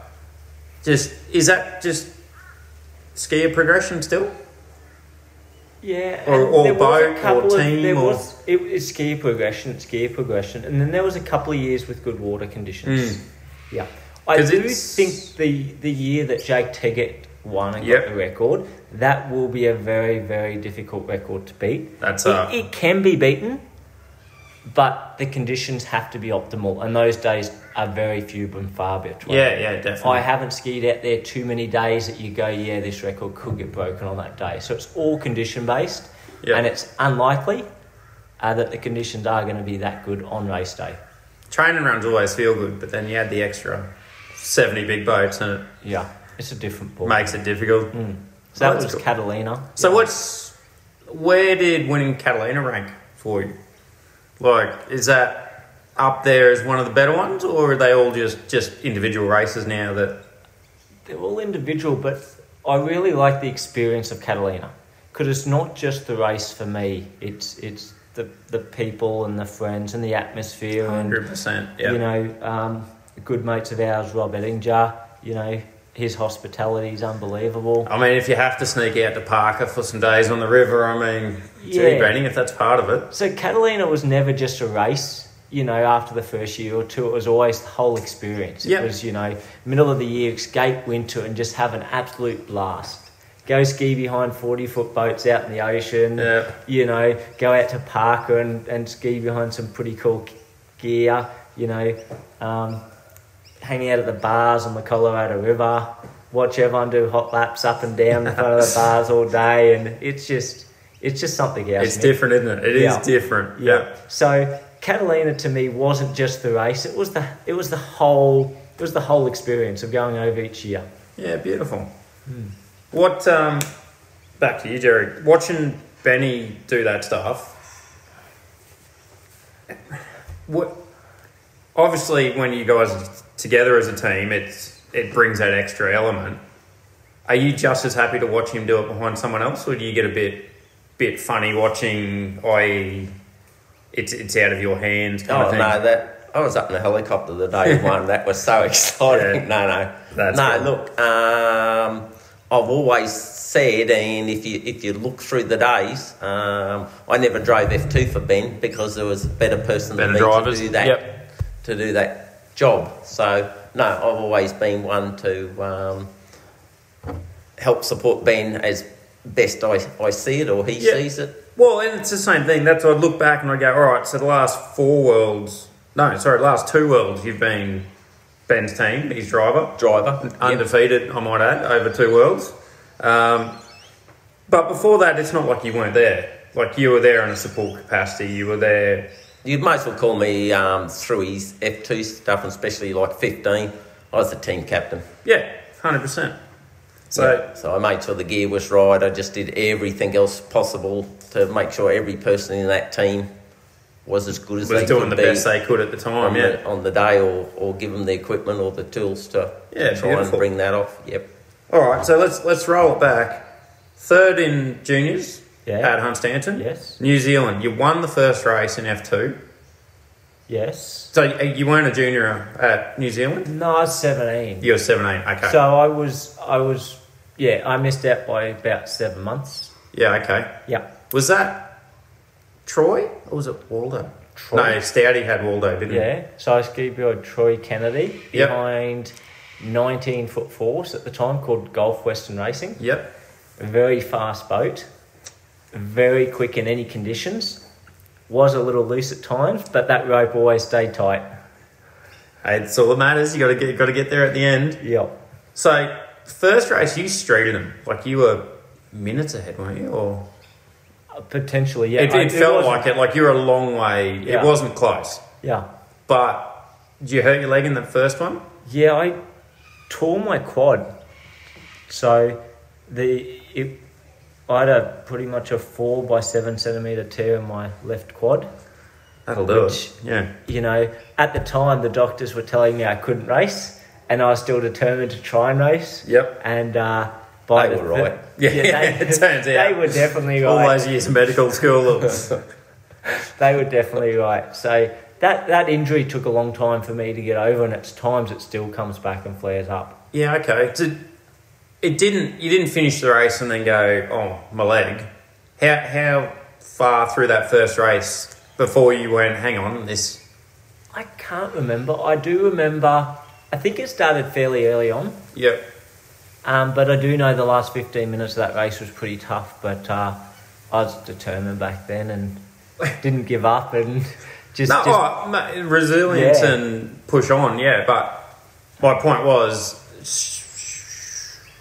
B: just is that just skier progression still?
E: Yeah,
B: Or-
E: and
B: or
E: there was a
B: boat, or
E: couple of-
B: team,
E: there
B: or-
E: was- it was skier progression, it's skier progression, and then there was a couple of years with good water conditions.
B: Mm.
E: Yeah, I
B: 'Cause
E: do
B: it's-
E: think the the year that Jake Teggett won and
B: Yep.
E: got the record, that will be a very very difficult record to beat.
B: That's
E: it,
B: a-
E: it can be beaten, but the conditions have to be optimal, and those days are very few and far between.
B: Yeah, yeah, definitely.
E: I haven't skied out there too many days that you go, yeah, this record could get broken on that day. So it's all condition based,
B: Yeah.
E: and it's unlikely uh, that the conditions are going to be that good on race day.
B: Training rounds always feel good, but then you add the extra seventy big boats, and
E: Yeah, it's a different
B: it
E: ball.
B: makes it difficult.
E: so that
B: that's
E: was
B: cool.
E: Catalina.
B: So what's where did winning Catalina rank for you? Like, is that up there as one of the better ones, or are they all just just individual races now? That
E: They're all individual, but I really like the experience of Catalina because it's not just the race for me. It's it's the the people and the friends and the atmosphere and
B: hundred percent, yeah,
E: You know, um, good mates of ours, Rob Ettinger, you know, his hospitality is unbelievable.
B: I mean, if you have to sneak out to Parker for some days on the river, I mean, gee,
E: Yeah.
B: Benny, if that's part of it,
E: So Catalina was never just a race, you know, after the first year or two. It was always the whole experience.
B: Yep.
E: It was, you know, middle of the year, escape winter and just have an absolute blast. Go ski behind 40 foot boats out in the ocean.
B: yeah,
E: you know, go out to Parker and, and ski behind some pretty cool gear, you know, um, hanging out at the bars on the Colorado River, watch everyone do hot laps up and down in front of the bars all day, and it's just, it's just something else.
B: it's
E: Nick.
B: different, isn't it? It is
E: Yeah.
B: different, yeah.
E: So Catalina to me wasn't just the race; it was the, it was the whole, it was the whole experience of going over each year.
B: Yeah, beautiful.
C: Hmm.
B: What? Um, back to you, Jerry. Watching Benny do that stuff. What? Obviously, when you guys are together as a team, it's it brings that extra element. Are you just as happy to watch him do it behind someone else, or do you get a bit bit funny watching? I.e., it's it's out of your hands. Kind
C: Oh
B: of thing.
C: no, that I was up in the helicopter the day one. That was so exciting.
B: Yeah.
C: No, no,
B: That's
C: no.
B: cool.
C: Look, um, I've always said, and if you if you look through the days, um, I never drove F two for Ben because there was a better person
B: Better
C: than me
B: drivers,
C: to do that
B: yep.
C: to do that job. So no, I've always been one to um, help support Ben as best I, I see it or he
B: Yeah.
C: sees it.
B: Well, and it's the same thing. That's I look back and I go, all right. So the last four worlds, no, sorry, last two worlds, you've been Ben's team, his driver,
C: Driver, Yep.
B: undefeated. I might add over two worlds. Um, but before that, it's not like you weren't there. Like you were there in a support capacity. You were there.
C: You might as well call me um, through his F2 stuff, and especially like 15. I was the team captain.
B: Yeah, hundred percent. So
C: So I made sure the gear was right. I just did everything else possible to make sure every person in that team was as good as
B: was
C: they
B: doing
C: could
B: the
C: be
B: best they could at the
C: on,
B: time.
C: the,
B: Yeah,
C: on the day, or, or give them the equipment or the tools to
B: Yeah,
C: try
B: beautiful.
C: and bring that off. Yep.
B: All right, so let's let's roll it back. Third in juniors
E: Yeah.
B: at Hunstanton.
E: Yes.
B: New Zealand. You won the first race in F2.
E: Yes.
B: So you- you weren't a junior at New Zealand?
E: No, I was seventeen.
B: You were 17. Okay.
E: So I was, I was, yeah, I missed out by about seven months.
B: yeah, okay.
E: Yeah.
B: Was that Troy or was it Waldo?
E: Troy.
B: No, Stouty had Waldo, didn't he?
E: Yeah. So I ski behind Troy Kennedy
B: Mm. Yep.
E: behind 19 foot force at the time called Golf Western Racing.
B: Yep.
E: Very fast boat, very quick in any conditions. Was a little loose at times, but that rope always stayed tight.
B: Hey, It's all that matters. You got to get got to get there at the end.
E: Yeah.
B: So first race, you straighted him like you were minutes ahead, weren't you? Or
E: Uh, Potentially, yeah.
B: it,
E: I-
B: it felt
E: wasn't-
B: like it. Like you were a long way.
E: Yeah.
B: It wasn't close.
E: Yeah.
B: But did you hurt your leg in the first one?
E: Yeah, I tore my quad. So the it, I had a pretty much a four by seven centimeter tear in my left quad.
B: That'll do
E: Which-
B: it. Yeah.
E: You know, at the time the doctors were telling me I couldn't race, and I was still determined to try and race.
B: Yep.
E: And uh, by
C: They
E: the
C: were right.
B: Yeah, it turns
E: they
B: out.
E: were definitely
B: All
E: right.
B: those years in medical school. it was-
E: They were definitely right. So that that injury took a long time for me to get over, and at times it still comes back and flares up.
B: yeah, okay. So it didn't. You didn't finish the race and then go, oh, my leg. How how far through that first race before you went? Hang on, this.
E: I can't remember. I do remember. I think it started fairly early on,
B: Yep.
E: um, but I do know the last fifteen minutes of that race was pretty tough. But uh, I was determined back then and didn't give up and just,
B: No,
E: just
B: oh, ma- resilience
E: Yeah.
B: and push on. Yeah, but my point was, sh-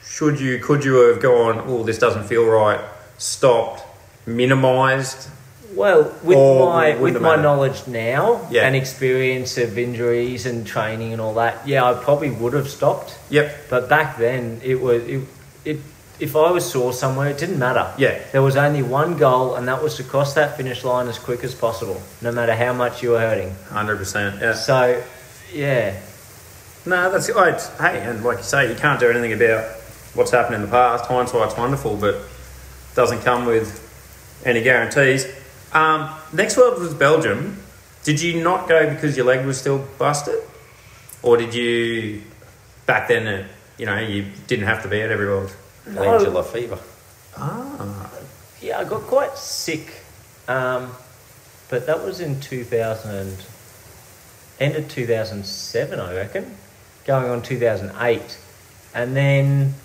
B: should you, could you have gone? Oh, this doesn't feel right. Stopped, minimised.
E: Well, with
B: Or
E: my
B: wouldn't
E: with
B: have
E: my
B: mattered?
E: knowledge now
B: Yeah.
E: and experience of injuries and training and all that, yeah, I probably would have stopped.
B: Yep.
E: But back then, it was it, it if I was sore somewhere, it didn't matter.
B: Yeah.
E: There was only one goal, and that was to cross that finish line as quick as possible, no matter how much you were hurting.
B: Hundred percent. Yeah.
E: So, yeah,
B: No, that's oh, it's, hey, and like you say, you can't do anything about what's happened in the past. Hindsight's wonderful, but doesn't come with any guarantees. Um, next world was Belgium. Did you not go because your leg was still busted, or did you back then? uh, You know, you didn't have to be at every world.
C: Glandular fever.
B: Ah,
E: yeah, I got quite sick, um, but that was in two thousand and end of two thousand seven, I reckon, going on two thousand eight, and then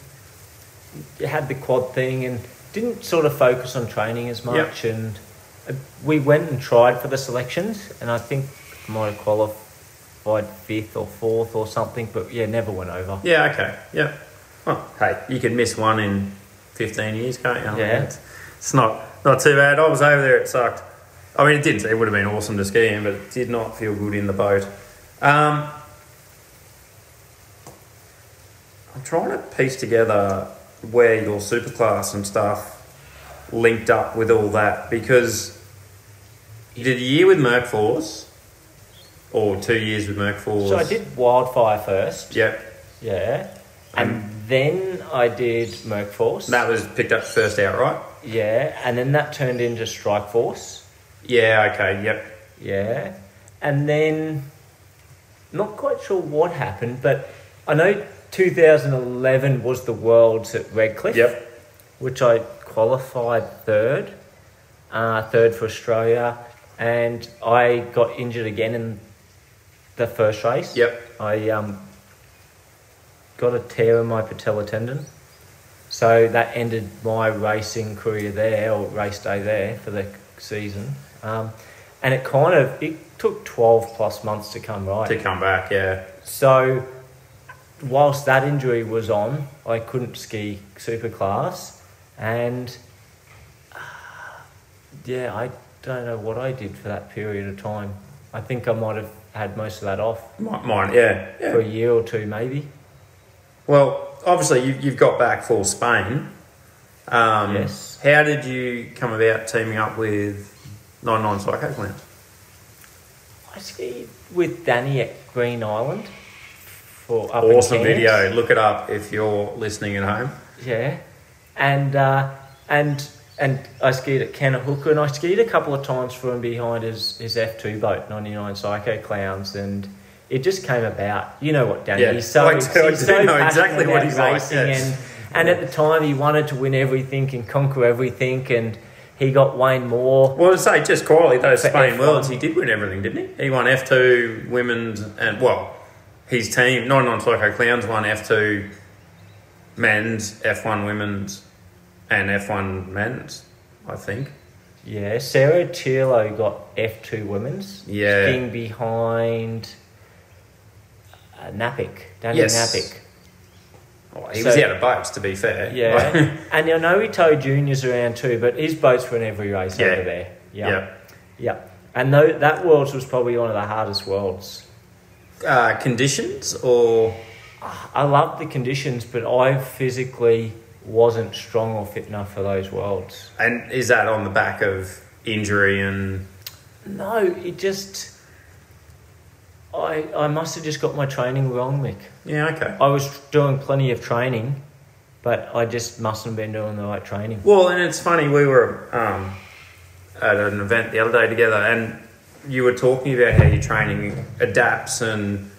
E: you had the quad thing and didn't sort of focus on training as much. And uh, we went and tried for the selections, and I think I might have qualified fifth or fourth or something, but yeah, never went over.
B: yeah, okay, yeah. Well, hey, you could miss one in fifteen years, can't you? I mean,
E: Yeah.
B: it's, it's not not too bad. I was over there; it sucked. I mean, it didn't. It would have been awesome to ski in, but it did not feel good in the boat. Um, I'm trying to piece together where your superclass and stuff linked up with all that because you did a year with Merckforce or two years with Merckforce.
E: So I did wildfire first.
B: Yep.
E: Yeah. And then I did Merc Force.
B: That was picked up first outright.
E: yeah. And then that turned into Strike Force.
B: Yeah. Okay. Yep.
E: Yeah. And then, not quite sure what happened, but I know 2011 was the Worlds at Redcliffe.
B: Yep.
E: Which I qualified third, uh, third for Australia. And I got injured again in the first race.
B: Yep.
E: I um, got a tear in my patella tendon. So that ended my racing career there, or race day there for the season. Um, and it kind of it took twelve plus months to come right.
B: To come back. Yeah.
E: So whilst that injury was on, I couldn't ski superclass, and uh, yeah, I don't know what I did for that period of time. I think I might have had most of that off
B: Mi- Mine. Yeah. Yeah.
E: for a year or two, maybe.
B: Well, obviously you, you've got back for Spain. Um,
E: Yes.
B: How did you come about teaming up with Nine Nine Psycho Clan?
E: I skied with Danny at Green Island for up in
B: Awesome
E: Cairns.
B: video. Look it up if you're listening at home.
E: Yeah, and uh, and and I skied at Cannahooka, and I skied a couple of times for him behind his his F two boat, ninety nine Psycho Clowns, and it just came about. You know what, Danny?
B: Yeah.
E: He's so
B: I do-
E: he's
B: I do
E: so
B: know
E: passionate
B: exactly what
E: about
B: he's like,
E: racing
B: yes.
E: and and at the time he wanted to win everything and conquer everything, and he got Wayne Moore.
B: Well, to say just quietly, those
E: For
B: Spain
E: F1.
B: Worlds, he did win everything, didn't he? He won F two women's and well, his team Nine Nine Psycho Clowns won F two men's, F one women's, and F one men's. I think.
E: Yeah, Sarah Chilo got F2 women's.
B: Yeah.
E: Skiing behind uh, Napic, Danny
B: Yes.
E: Napic.
B: Oh, he
E: So-
B: was out of boats, to be fair.
E: Yeah. and I know he towed juniors around too, but his boats were in every race
B: Yeah.
E: over there. Yeah.
B: yeah.
E: Yeah. And tho- that Worlds was probably one of the hardest Worlds.
B: uh, conditions or
E: I loved the conditions, but I physically wasn't strong or fit enough for those Worlds.
B: and is that on the back of injury and
E: No, it just. I, I must have just got my training wrong, Mick.
B: yeah okay
E: I was doing plenty of training, But I just mustn't have been doing the right training.
B: Well, and it's funny, we were um, at an event the other day together, and you were talking about how your training adapts and.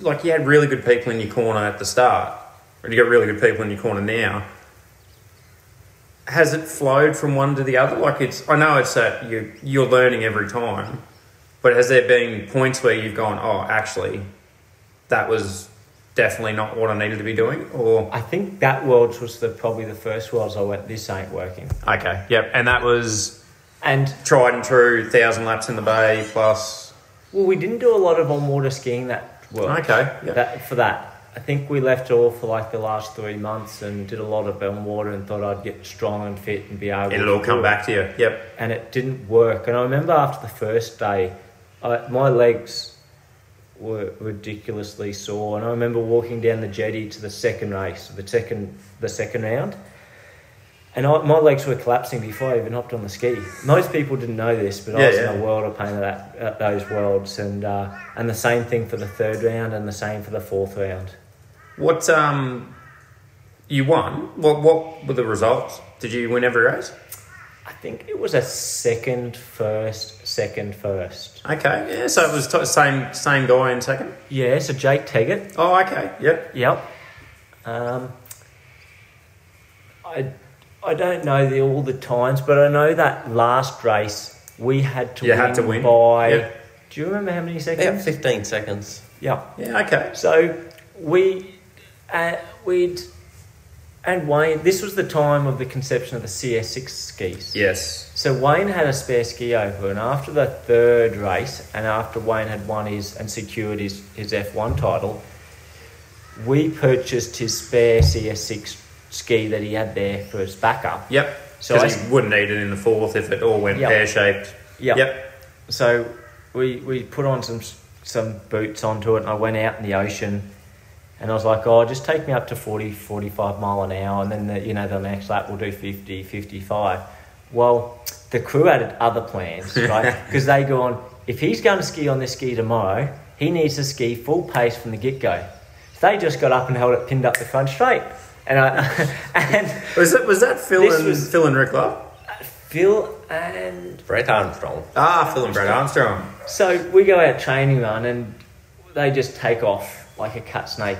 B: Like, you had really good people in your corner at the start, and you got really good people in your corner now. Has it flowed from one to the other? Like, it's. I know it's that you, you're learning every time, but has there been points where you've gone, oh, actually, that was definitely not what I needed to be doing? Or.
E: I think that world was the probably the first worlds I went, this ain't working.
B: Okay, yep. And that was
E: And
B: tried and true, thousand laps in the bay plus.
E: well, we didn't do a lot of on water skiing that world.
B: Okay, yeah.
E: That, for that, I think we left it all for like the last three months and did a lot of on water and thought I'd get strong and fit and be able.
B: It'll
E: to
B: all
E: do
B: come
E: it.
B: back to you. Yep.
E: and it didn't work. And I remember after the first day, I, my legs were ridiculously sore, and I remember walking down the jetty to the second race, the second the second round, and I, my legs were collapsing before I even hopped on the ski. Most people didn't know this, but
B: Yeah,
E: I was
B: yeah.
E: in a world of pain at, that, at those worlds, and uh, and the same thing for the third round, and the same for the fourth round.
B: What um, you won? What what were the results? Did you win every race?
E: I think it was a second first, second first.
B: Okay, yeah. So it was t- same same guy in second.
E: Yeah, so Jake Teggett
B: Oh, okay. Yep.
E: Yep. Um, I I don't know the, all the times, but I know that last race we had to,
B: You
E: win,
B: had to win.
E: by.
B: Yeah.
E: Do you remember how many
C: About
E: seconds?
C: 15 seconds.
E: Yeah.
B: Yeah. Okay.
E: So we uh, we'd and Wayne. This was the time of the conception of the CS6 skis.
B: Yes.
E: So Wayne had a spare ski over, and after the third race, and after Wayne had won his and secured his, his F1 title, we purchased his spare CS6 ski that he had there for his backup.
B: Yep.
E: So
B: Because
E: I-
B: you wouldn't need it in the fourth if it all went
E: Yep.
B: pear shaped.
E: Yep.
B: Yep.
E: So we we put on some some boots onto it, and I went out in the ocean, and I was like, oh, just take me up to 40, 45 mile an hour, and then the, you know the next lap we'll do 50, 55. Well, the crew had other plans, right? Because they go on. If he's going to ski on this ski tomorrow, he needs to ski full pace from the get go. So they just got up and held it pinned up the front straight, and I and
B: Was it was that Phil
E: This
B: and
E: was-
B: Phil and Rick Love?
E: Phil and
C: Brett Armstrong.
B: Ah, Phil and Brad Armstrong.
E: So we go out training run and they just take off like a cut snake.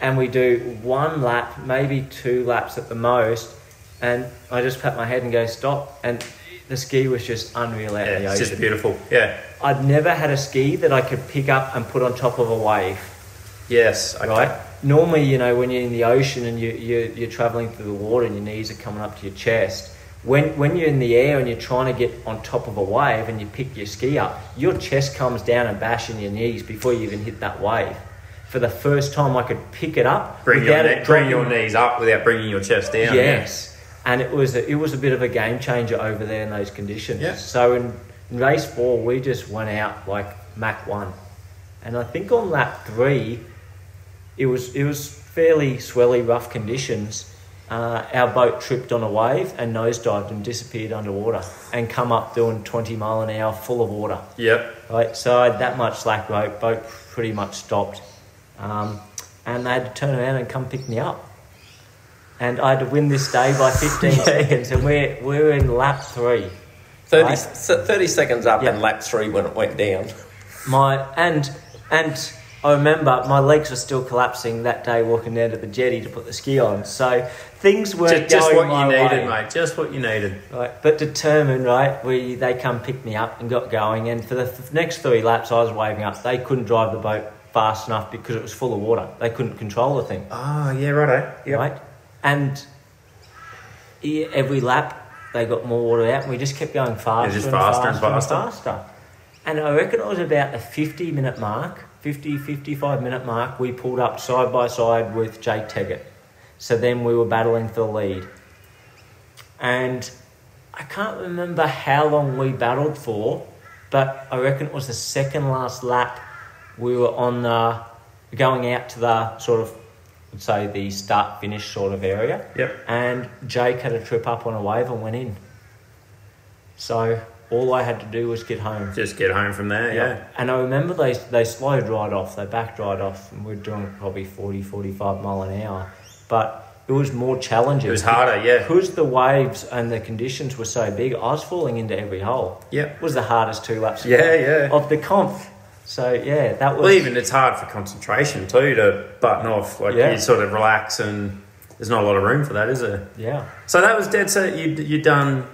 E: And we do one lap, maybe two laps at the most. And I just pat my head and go, stop. And the ski was just unreal out in
B: Yeah,
E: the
B: it's
E: ocean.
B: just beautiful. Yeah.
E: I'd never had a ski that I could pick up and put on top of a wave,
B: Yes. Okay.
E: right? Normally, you know, when you're in the ocean and you, you, you're traveling through the water and your knees are coming up to your chest, when, when you're in the air and you're trying to get on top of a wave and you pick your ski up, your chest comes down and bash in your knees before you even hit that wave. For the first time, I could pick it up
B: Bring your
E: without
B: ne-
E: it
B: bring your
E: dropping-
B: knees up without bringing your chest down. yeah.
E: Yes, and it was a, it was a bit of a game changer over there in those conditions.
B: Yeah.
E: So in, in race four, we just went out like Mac one, and I think on lap three, it was it was fairly swelly, rough conditions. Uh, our boat tripped on a wave and nosedived and disappeared underwater, and come up doing twenty mile an hour, full of water.
B: Yep.
E: Right, so I had that much slack rope, boat pretty much stopped. Um, and they had to turn around and come pick me up. And I had to win this day by 15 seconds, and we're, we're in lap three.
C: 30,
E: Right.
C: se- 30 seconds up
E: Yeah.
C: and lap three when it went down.
E: My and and I remember my legs were still collapsing that day walking down to the jetty to put the ski on. So things were
B: Just, just what
E: going
B: you
E: my
B: needed,
E: way.
B: mate. Just what you needed.
E: Right, but determined, right? We they come pick me up and got going, and for the f- next three laps, I was waving up. They couldn't drive the boat fast enough because it was full of water. They couldn't control the thing,
B: Ah, yeah, righto. Yep.
E: right? And e- every lap, they got more water out, and we just kept going faster,
B: just
E: and
B: faster
E: faster,
B: and
E: and faster and faster. And I reckon it was about the 50 minute mark, 50, 55 minute mark, we pulled up side by side with Jake Teggett. So then we were battling for the lead and I can't remember how long we battled for, but I reckon it was the second last lap. We were on the going out to the sort of, I'd say the start finish sort of area,
B: Yep.
E: and Jake had a trip up on a wave and went in. So All I had to do was get home.
B: Just get home from there, yeah.
E: And I remember they, they slowed right off, they backed right off, and we we're doing probably 40, 45 mile an hour. But it was more challenging.
B: It was harder, yeah.
E: Because the waves and the conditions were so big, I was falling into every hole.
B: Yep.
E: It was the hardest two laps of
B: Yeah,
E: the-
B: yeah.
E: of the comp. So, yeah, that was.
B: Well, even it's hard for concentration too to button off. Like
E: Yeah.
B: you sort of relax, and there's not a lot of room for that, is there?
E: Yeah.
B: So that was dead set. You you done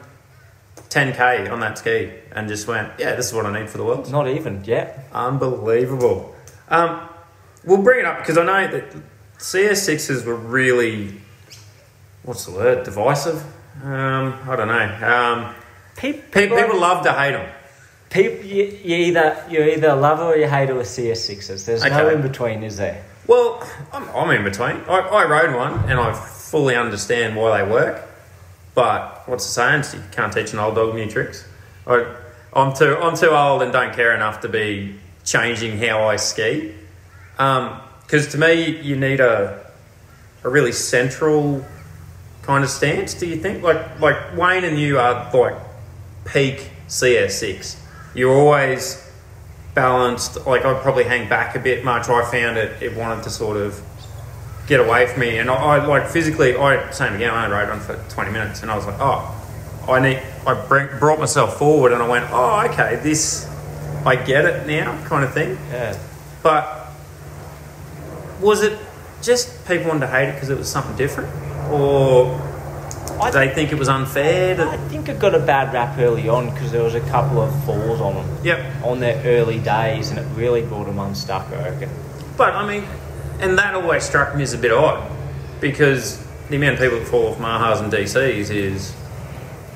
B: 10k on that ski and just went, yeah, this is what I need for the world.
E: Not even, yeah.
B: Unbelievable. Um, we'll bring it up because I know that CS6s were really, what's the word, divisive? Um, I don't know. Um,
E: People,
B: pe- people love to hate them.
E: people you, you either you either love or you hate all CS6s. There's no
B: Okay.
E: in between, is there?
B: Well, I'm, I'm in between. I, I rode one and I fully understand why they work. But what's the saying? You can't teach an old dog new tricks. I, I'm too I'm too old and don't care enough to be changing how I ski. Because to me, you need a a really central kind of stance. Do you think like like Wayne and you are like peak CS6? You're always balanced. Like I'd probably hang back a bit much. I found it. It wanted to sort of get away from me, and I, I like physically. I same again. I only rode on for twenty minutes, and I was like, oh, I need. I bring, brought myself forward, and I went, oh, okay, this. I get it now, kind of thing.
E: Yeah.
B: But was it just people wanted to hate it because it was something different, or
E: I-
B: did they think it was unfair?
E: I
B: That,
E: think it got a bad rap early on because there was a couple of falls on them
B: yep.
E: on their early days, and it really brought them unstuck. I reckon.
B: But I mean, and that always struck me as a bit odd because the amount of people that fall off Mahas and DCs is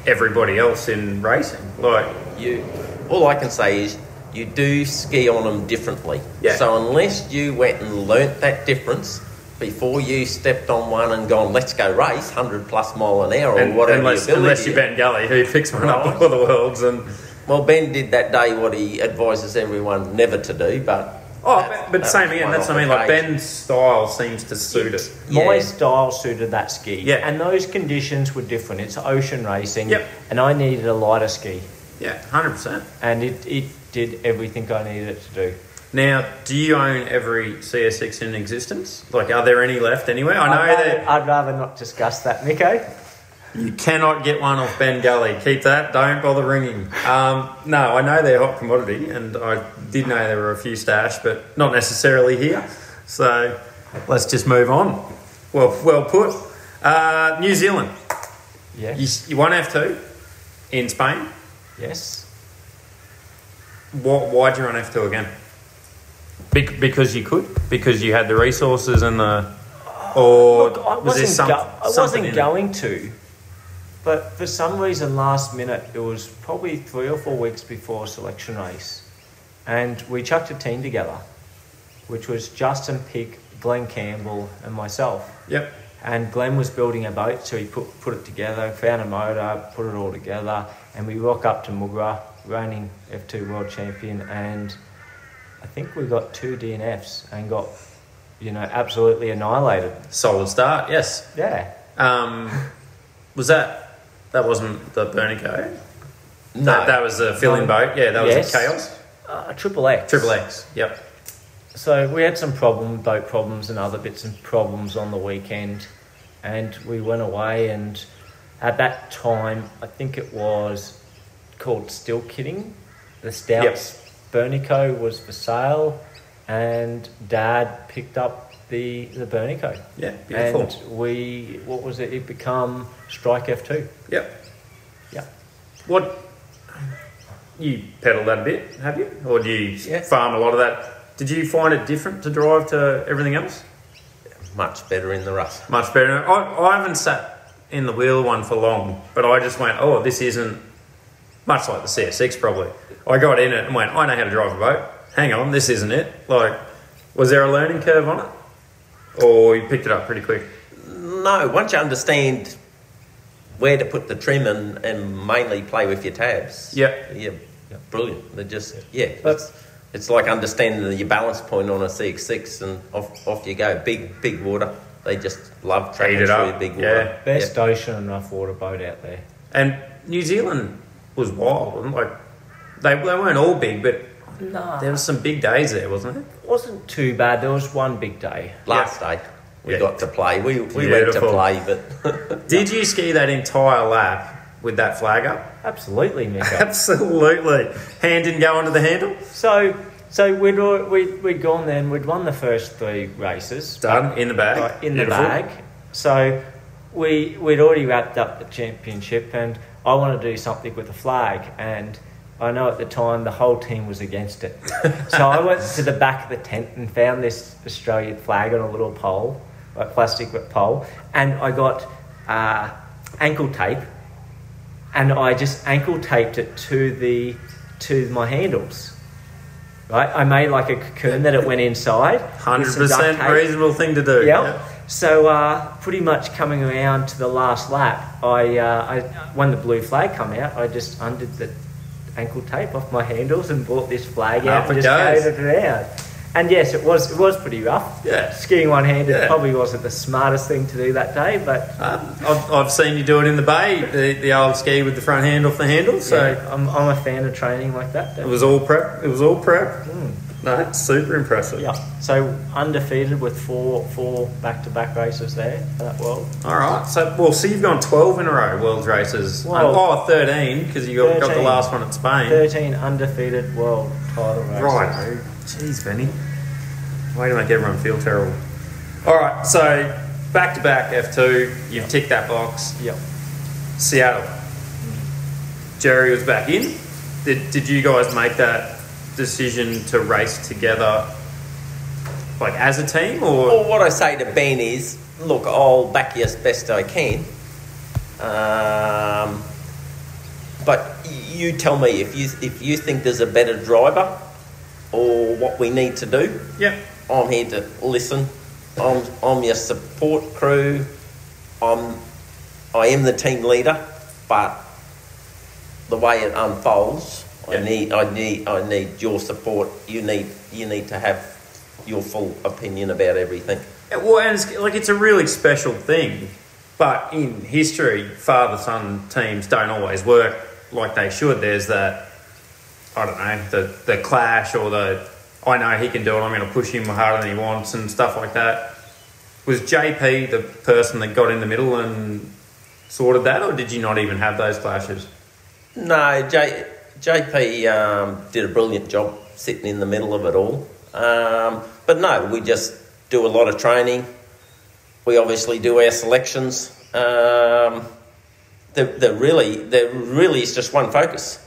B: everybody else in racing. Like,
C: you all I can say is you do ski on them differently.
B: Yeah.
C: So unless you went and learnt that difference before you stepped on one and gone, let's go race, hundred plus mile an hour
B: and,
C: or whatever
B: unless,
C: your ability
B: unless you're
C: is.
B: Ben Gully, who picks one up all the worlds and.
C: Well, Ben did that day what he advises everyone never to do, but
B: Oh,
C: that's-
B: but, but
C: that's
B: same again,
C: one
B: that's what I mean. Like,
C: occupation.
B: Ben's style seems to suit it.
E: My
C: Yeah.
E: style suited that ski,
B: Yeah.
E: and those conditions were different. It's ocean racing,
B: Yep.
E: and I needed a lighter ski,
B: Yeah, 100%.
E: and it, it did everything I needed it to do.
B: Now, do you own every CSX in existence? Like, are there any left anywhere? I
C: Um,
B: know
E: I'd
B: that.
E: rather, I'd rather not discuss that, Nico.
B: You cannot get one off Ben Gully. Keep that. Don't bother ringing. Um, no, I know they're hot commodity, and I did know there were a few stash, but not necessarily here. So let's just move on. Well, well put. Uh, New Zealand.
E: Yeah.
B: You, you won F two in Spain.
E: Yes.
B: What, why'd you run F two again? Bec- because you could. Because you had the resources and the. Or
E: Look, I
B: was there
E: wasn't,
B: some,
E: go- I
B: something in it?
E: wasn't going to, but for some reason, last minute, it was probably three or four weeks before selection race, and we chucked a team together, which was Justin Pick, Glenn Campbell, and myself.
B: Yep.
E: And Glenn was building a boat, so he put, put it together, found a motor, put it all together, and we rock up to Mugra, reigning F2 world champion, and I think we got two DNFs and got, you know, absolutely annihilated.
B: Solid start. Yes.
E: Yeah.
B: Um, was that that wasn't the Bernico?
C: no,
B: That, that was the fill-in boat. Yeah, that was
E: Yes.
B: the chaos.
E: Uh, Triple X.
B: Triple X. Yep.
E: So we had some problem, boat problems and other bits and problems on the weekend, and we went away. And at that time, I think it was called Still Kidding. The Stouts Bernico was for sale, and Dad picked up the the Bernico.
B: Yeah, beautiful.
E: And we, what was it? It become Strike F two.
B: Yep.
E: Yeah.
B: What you pedal that a bit, have you, or do you
C: Yeah.
B: farm a lot of that? Did you find it different to drive to everything else?
C: much better in the rust.
B: Much better. I, I haven't sat in the wheel one for long, but I just went, oh, this isn't much like the CSX probably. I got in it and went, I know how to drive a boat. Hang on, this isn't it. Like, was there a learning curve on it? Or you picked it up pretty quick?
C: No, once you understand where to put the trim and, and mainly play with your tabs.
B: Yep.
C: Yeah, brilliant. They're just, yeah.
E: But-
C: it's, it's like understanding your balance point on a CX6 and off, off you go. Big, big water. They just love tracking
B: it
C: through
B: up,
C: big
B: yeah.
C: water.
E: Best ocean and rough water boat out there.
B: And New Zealand was wild. And like they they weren't all big, but
E: No,
B: there was some big days there, wasn't it?
E: it wasn't too bad. There was one big day.
C: Last day, we
B: Yeah.
C: got to play. We, we
B: Beautiful.
C: went to play, but
B: Did you ski that entire lap with that flag up?
E: Absolutely, Nico.
B: Absolutely. Hand didn't go onto the handle.
E: so, so we'd, al- we'd we'd gone then. We'd won the first three races.
B: Done in the bag.
E: like, Uh, in
B: Beautiful.
E: the bag. So we we'd already wrapped up the championship, and I wanted to do something with the flag. And I know at the time the whole team was against it. so I went to the back of the tent and found this Australian flag on a little pole, a plastic pole, and I got uh, ankle tape, and I just ankle taped it to the to my handles. Right, I made like a cocoon that it went inside. with
B: Hundred
E: some duct
B: percent
E: tape.
B: reasonable thing to do.
E: Yeah. So uh, pretty much coming around to the last lap, I, uh, I when the blue flag come out, I just undid the ankle tape off my handles and brought this flag out
B: Up
E: and
B: it
E: just
B: goes.
E: carried it around. And yes, it was it was pretty rough.
B: Yeah.
E: Skiing one handed
B: Yeah.
E: probably wasn't the smartest thing to do that day, but
B: Um, I've, I've seen you do it in the bay, the, the old ski with the front hand off the handle. So
E: yeah, I'm, I'm a fan of training like that.
B: it was all prep. It was all prep. No, it's super impressive.
E: Hmm. yeah. So undefeated with four four back to back races there for that world.
B: All right. So, well, so you've gone 12 in a row world races.
E: Well-
B: oh, 13 because you got, got the
E: 13.
B: last one at Spain.
E: Thirteen undefeated world title races.
B: Right. Jeez, Benny. Way to make everyone feel terrible. All right. So back to back F2. You've ticked that box.
E: Yep.
B: Seattle. Jerry was back in. Did, did you guys make that decision to race together, like as a team, or
C: well, what I say to Ben is, look, I'll back you as best I can. Um, but y- you tell me if you if you think there's a better driver or what we need to do.
B: yeah,
C: I'm here to listen. I'm, I'm your support crew. I'm, I am the team leader, but the way it unfolds,
B: Yeah.
C: I need, I need, I need your support. You need, you need to have your full opinion about everything.
B: Yeah, well, and it's, like it's a really special thing, but in history, father son teams don't always work like they should. There's that I don't know the the clash or the I know he can do it. I'm going to push him harder than he wants and stuff like that. Was JP the person that got in the middle and sorted that, or did you not even have those clashes?
C: No, J, JP um, did a brilliant job sitting in the middle of it all. Um, but no, we just do a lot of training. We obviously do our selections. Um, there, there really, there really is just one focus: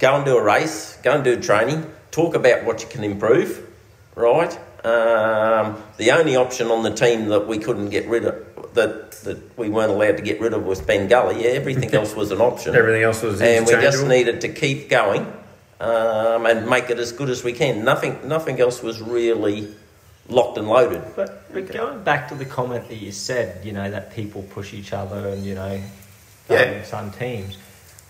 C: go and do a race, go and do training, talk about what you can improve. Right. Um, the only option on the team that we couldn't get rid of, that that we weren't allowed to get rid of, was Ben Gully. Yeah, everything else was an option.
B: Everything else was
C: and we just
B: interchangeable.
C: needed to keep going um, and make it as good as we can. Nothing, nothing else was really locked and loaded.
E: But but going back to the comment that you said, you know, that people push each other and, you know,
B: Yeah.
E: yeah. some teams.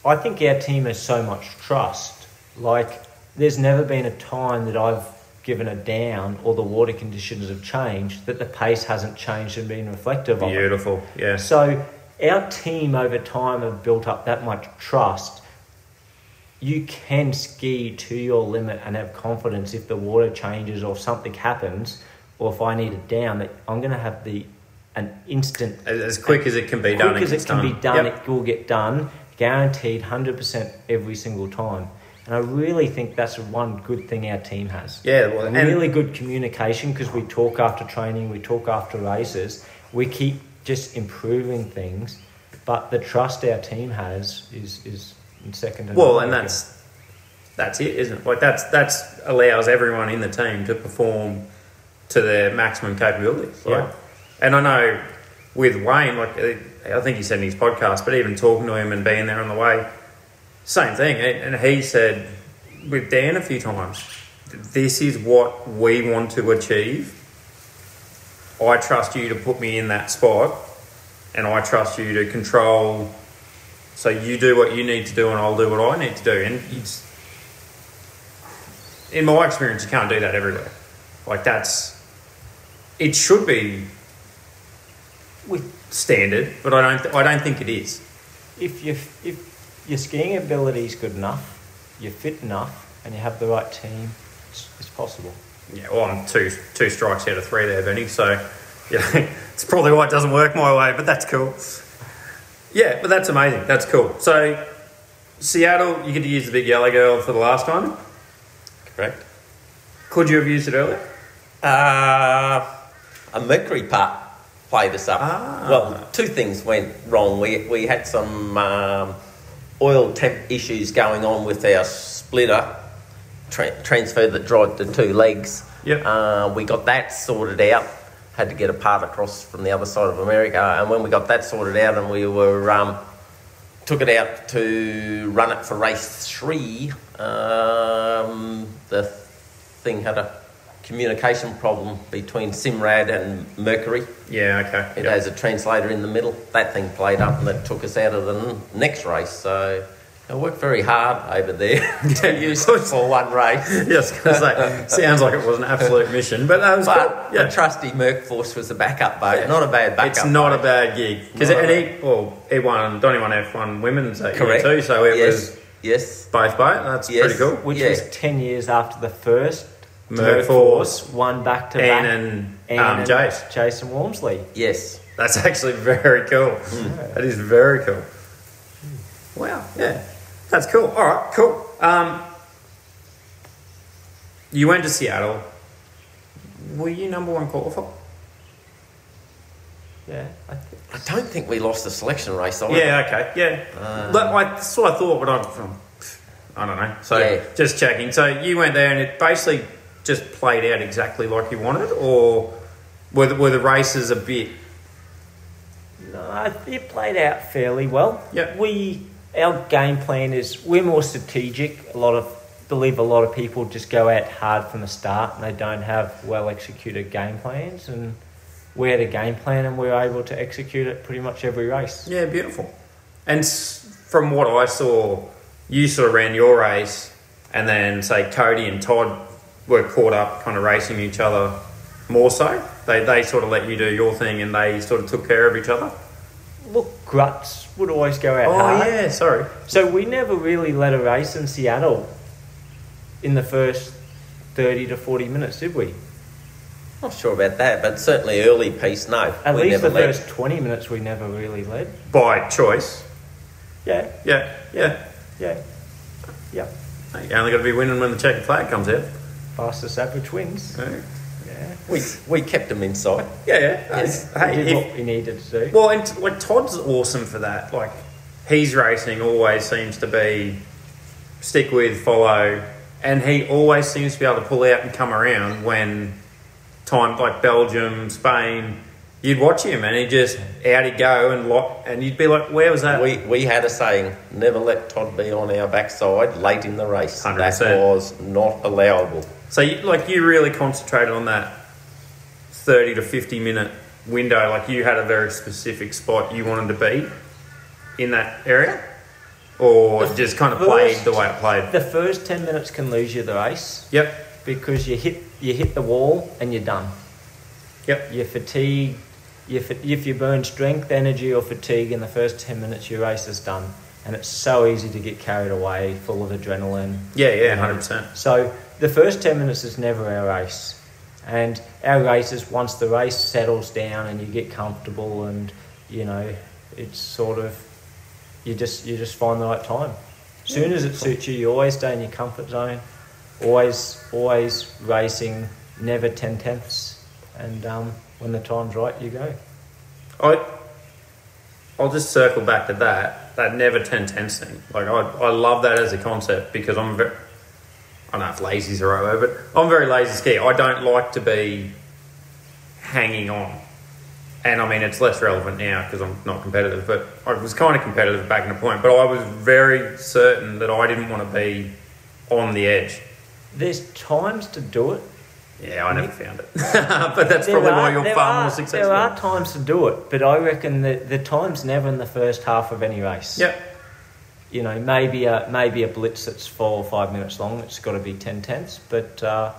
E: I think our team has so much trust. Like, there's never been a time that I've given a down or the water conditions have changed that the pace hasn't changed and been reflective of it.
B: Beautiful, yeah.
E: So our team over time have built up that much trust. You can ski to your limit and have confidence if the water changes or something happens, or if I need it down, that I'm going to have the an instant
B: As, as quick as it can be done,
E: quick as it
B: gets
E: can be done.
B: Yep.
E: It will get done, guaranteed, hundred percent every single time. And I really think that's one good thing our team has
B: Yeah, well, and-
E: really good communication because we talk after training, we talk after races, we keep just improving things. But the trust our team has is is second to
B: Well,
E: none.
B: and that's that's it, isn't it? Like that's that's allows everyone in the team to perform to their maximum capabilities. Right?
E: Yeah.
B: And I know with Wayne, like uh, I think he said in his podcast, but even talking to him and being there on the way, same thing. eh? And and he said with Dan a few times, this is what we want to achieve. I trust you to put me in that spot, and I trust you to control so you do what you need to do, and I'll do what I need to do. And it's, in my experience, you can't do that everywhere. Like that's, it should be
E: with
B: standard, but I don't. I don't think it is.
E: if you if your skiing ability is good enough, you're fit enough, and you have the right team, it's, it's possible.
B: Yeah, well, I'm two two strikes out of three there, Benny. So, yeah, it's probably why it doesn't work my way, but that's cool. Yeah, but that's amazing. That's cool. So, Seattle, you get to use the big yellow girl for the last time.
C: Correct.
B: Could you have used it earlier?
C: Uh, a Mercury part played us up.
B: Ah.
C: Well, two things went wrong. We, we had some um, oil temp issues going on with our splitter, tra- transfer that drive the two legs.
B: Yep.
C: Uh, we got that sorted out. Had to get a part across from the other side of America, and when we got that sorted out, and we were um, took it out to run it for race three. Um, the thing had a communication problem between Simrad and Mercury.
B: Yeah. Okay.
C: It
B: Yep.
C: has a translator in the middle. That thing played up and that took us out of the n- next race. So I worked very hard over there to use it for one race.
B: Yes, I was gonna say, sounds like it was an absolute mission, but that was
C: But
B: cool. Yeah.
C: the trusty Merc Force was a backup boat.
B: Yeah.
C: Not a bad backup.
B: It's not a
C: boat.
B: bad gig because
C: Not a
B: and E well E one Donny one F one women's at year
C: correct.
B: too, so it
C: yes.
B: was
C: yes.
B: both boat. That's
C: Yes.
B: pretty cool.
E: Which
C: Yeah.
E: was 10 years after the first
B: Merc
E: Merc
B: Force,
E: Force, one back to back.
B: Anne and, um, Jace.
E: Jason Walmsley.
C: Yes.
B: That's actually very cool. That is very cool. Wow, yeah. That's cool. All right, cool. Um, you went to Seattle. Were you number one qualifier?
E: Yeah. I
C: I don't think we lost the selection race. Either.
B: Yeah, okay, yeah. But I, that's what I thought, but I'm, I don't know. So
C: Yeah.
B: just checking. So you went there and it basically just played out exactly like you wanted, or were the, were the races a bit.
E: No, it played out fairly well.
B: Yep.
E: We our game plan is we're more strategic. A lot of believe a lot of people just go out hard from the start and they don't have well executed game plans and we had a game plan and we were able to execute it pretty much every race.
B: Yeah, beautiful. And s- from what I saw, you sort of ran your race, and then say Cody and Todd were caught up, kind of racing each other more so. They they sort of let you do your thing, and they sort of took care of each other.
E: Look, Gruts would always go out
B: oh
E: hard.
B: yeah, sorry.
E: So we never really led a race in Seattle in the first thirty to forty minutes, did we?
C: Not sure about that, but certainly early piece, no.
E: At
C: we
E: least
C: never
E: the
C: led.
E: first twenty minutes we never really led.
B: By choice.
E: Yeah,
B: Yeah, yeah.
E: yeah. Yeah.
B: You only got to be winning when the checkered flag comes out.
E: Fastest average wins.
B: Yeah,
E: Yeah.
C: We, we kept them inside.
B: yeah. Uh,
E: Yes,
B: Hey,
E: we did
B: if-
E: what we needed to do.
B: Well, and like Todd's awesome for that. Like he's racing always seems to be stick with, follow, and he always seems to be able to pull out and come around when time like Belgium, Spain. You'd watch him and he just out he go and lock, and you'd be like, "Where was that?"
C: We, we had a saying, never let Todd be on our backside late in the race.
B: 100%.
C: That was not allowable.
B: so, you, like, you really concentrated on that thirty to fifty minute window. Like, you had a very specific spot you wanted to be in that area, or just kind of played the way it played.
E: The first ten minutes can lose you the race
B: Yep.
E: because you hit you hit the wall and you're done.
B: Yep.
E: You're fatigued. You fa- if you burn strength, energy, or fatigue in the first ten minutes, your race is done, and it's so easy to get carried away, full of adrenaline.
B: Yeah, yeah, hundred percent.
E: So the first 10 minutes is never our race. And our race is once the race settles down and you get comfortable and you know, it's sort of you just you just find the right time. As soon as it suits you, you always stay in your comfort zone. Always always racing, never ten tenths. And um, when the time's right you go.
B: I I'll just circle back to that that never ten tenths thing. Like I I love that as a concept because I'm very I don't know if lazy's the right word, but I'm a very lazy skier. I don't like to be hanging on. And I mean, it's less relevant now because I'm not competitive, but I was kind of competitive back in the point. But I was very certain that I didn't want to be on the edge.
E: There's times to do it,
B: Yeah, I never found it. but that's probably why you're
E: Mm-hmm. there
B: far
E: are-
B: more successful.
E: There are times to do it, but I reckon that the time's never in the first half of any race.
B: Yep.
E: You know, maybe a, maybe a blitz that's four or five minutes long, it's got to be 10 tenths. But uh,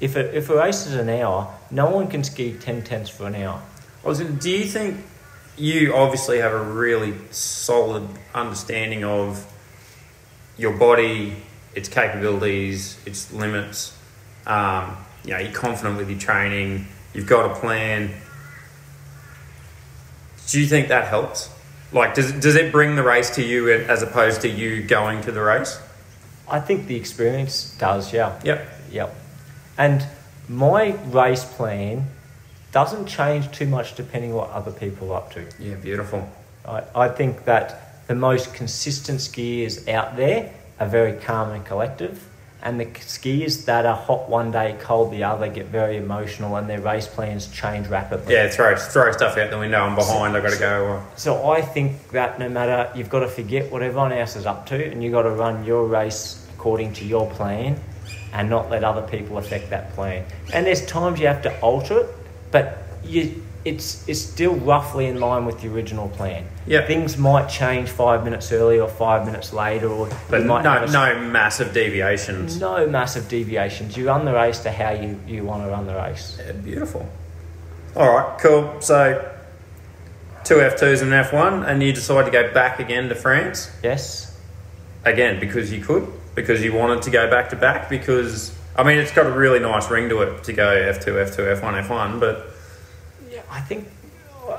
E: if, a, if a race is an hour, no one can ski 10 tenths for an hour.
B: I was gonna, do you think you obviously have a really solid understanding of your body, its capabilities, its limits. Um, you know, you're confident with your training. You've got a plan. Do you think that helps? Like, does does it bring the race to you as opposed to you going to the race?
E: I think the experience does, yeah.
B: Yep.
E: Yep. And my race plan doesn't change too much depending what other people are up to.
B: Yeah, beautiful.
E: I, I think that the most consistent skiers out there are very calm and collective. And the k- skiers that are hot one day, cold the other, get very emotional and their race plans change rapidly.
B: Yeah, throw throw stuff out the window. I'm behind. I got to go. uh, Or,
E: So I think that no matter, you've got to forget what everyone else is up to and you've got to run your race according to your plan and not let other people affect that plan. And there's times you have to alter it, but you, it's, it's still roughly in line with the original plan.
B: Yeah.
E: Things might change five minutes early or five minutes later or
B: but
E: you might
B: no,
E: have a-
B: no massive deviations.
E: no massive deviations. You run the race to how you, you want to run the race.
B: Yeah, beautiful. All right, cool. So two F2s and an F1, and you decide to go back again to France
E: Yes?
B: again because you could, because you wanted to go back to back. Because I mean, it's got a really nice ring to it to go F2, F2, F1, F1. But
E: I think,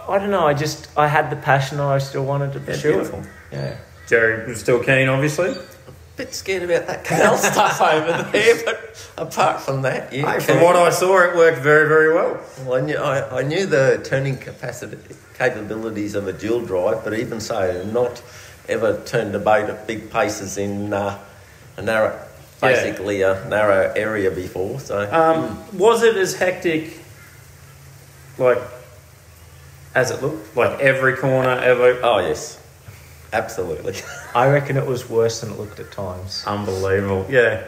E: I don't know, I just, I had the passion I still wanted to
B: yeah,
E: pursue it.
B: beautiful.
E: Yeah.
B: Jerry was still keen, obviously.
C: Bit scared about that canal stuff over there, but apart from that, yeah.
B: Hey, from what I saw, it worked very, very well.
C: Well, I knew, I, I knew the turning capacity capabilities of a dual drive, but even so, not ever turned a boat at big paces in uh, a narrow,
B: Yeah.
C: basically a narrow area before. So
B: Um, was it as hectic, like, as it looked? Like every corner, ever?
C: Oh yes, absolutely.
E: I reckon it was worse than it looked at times.
B: Unbelievable. Yeah.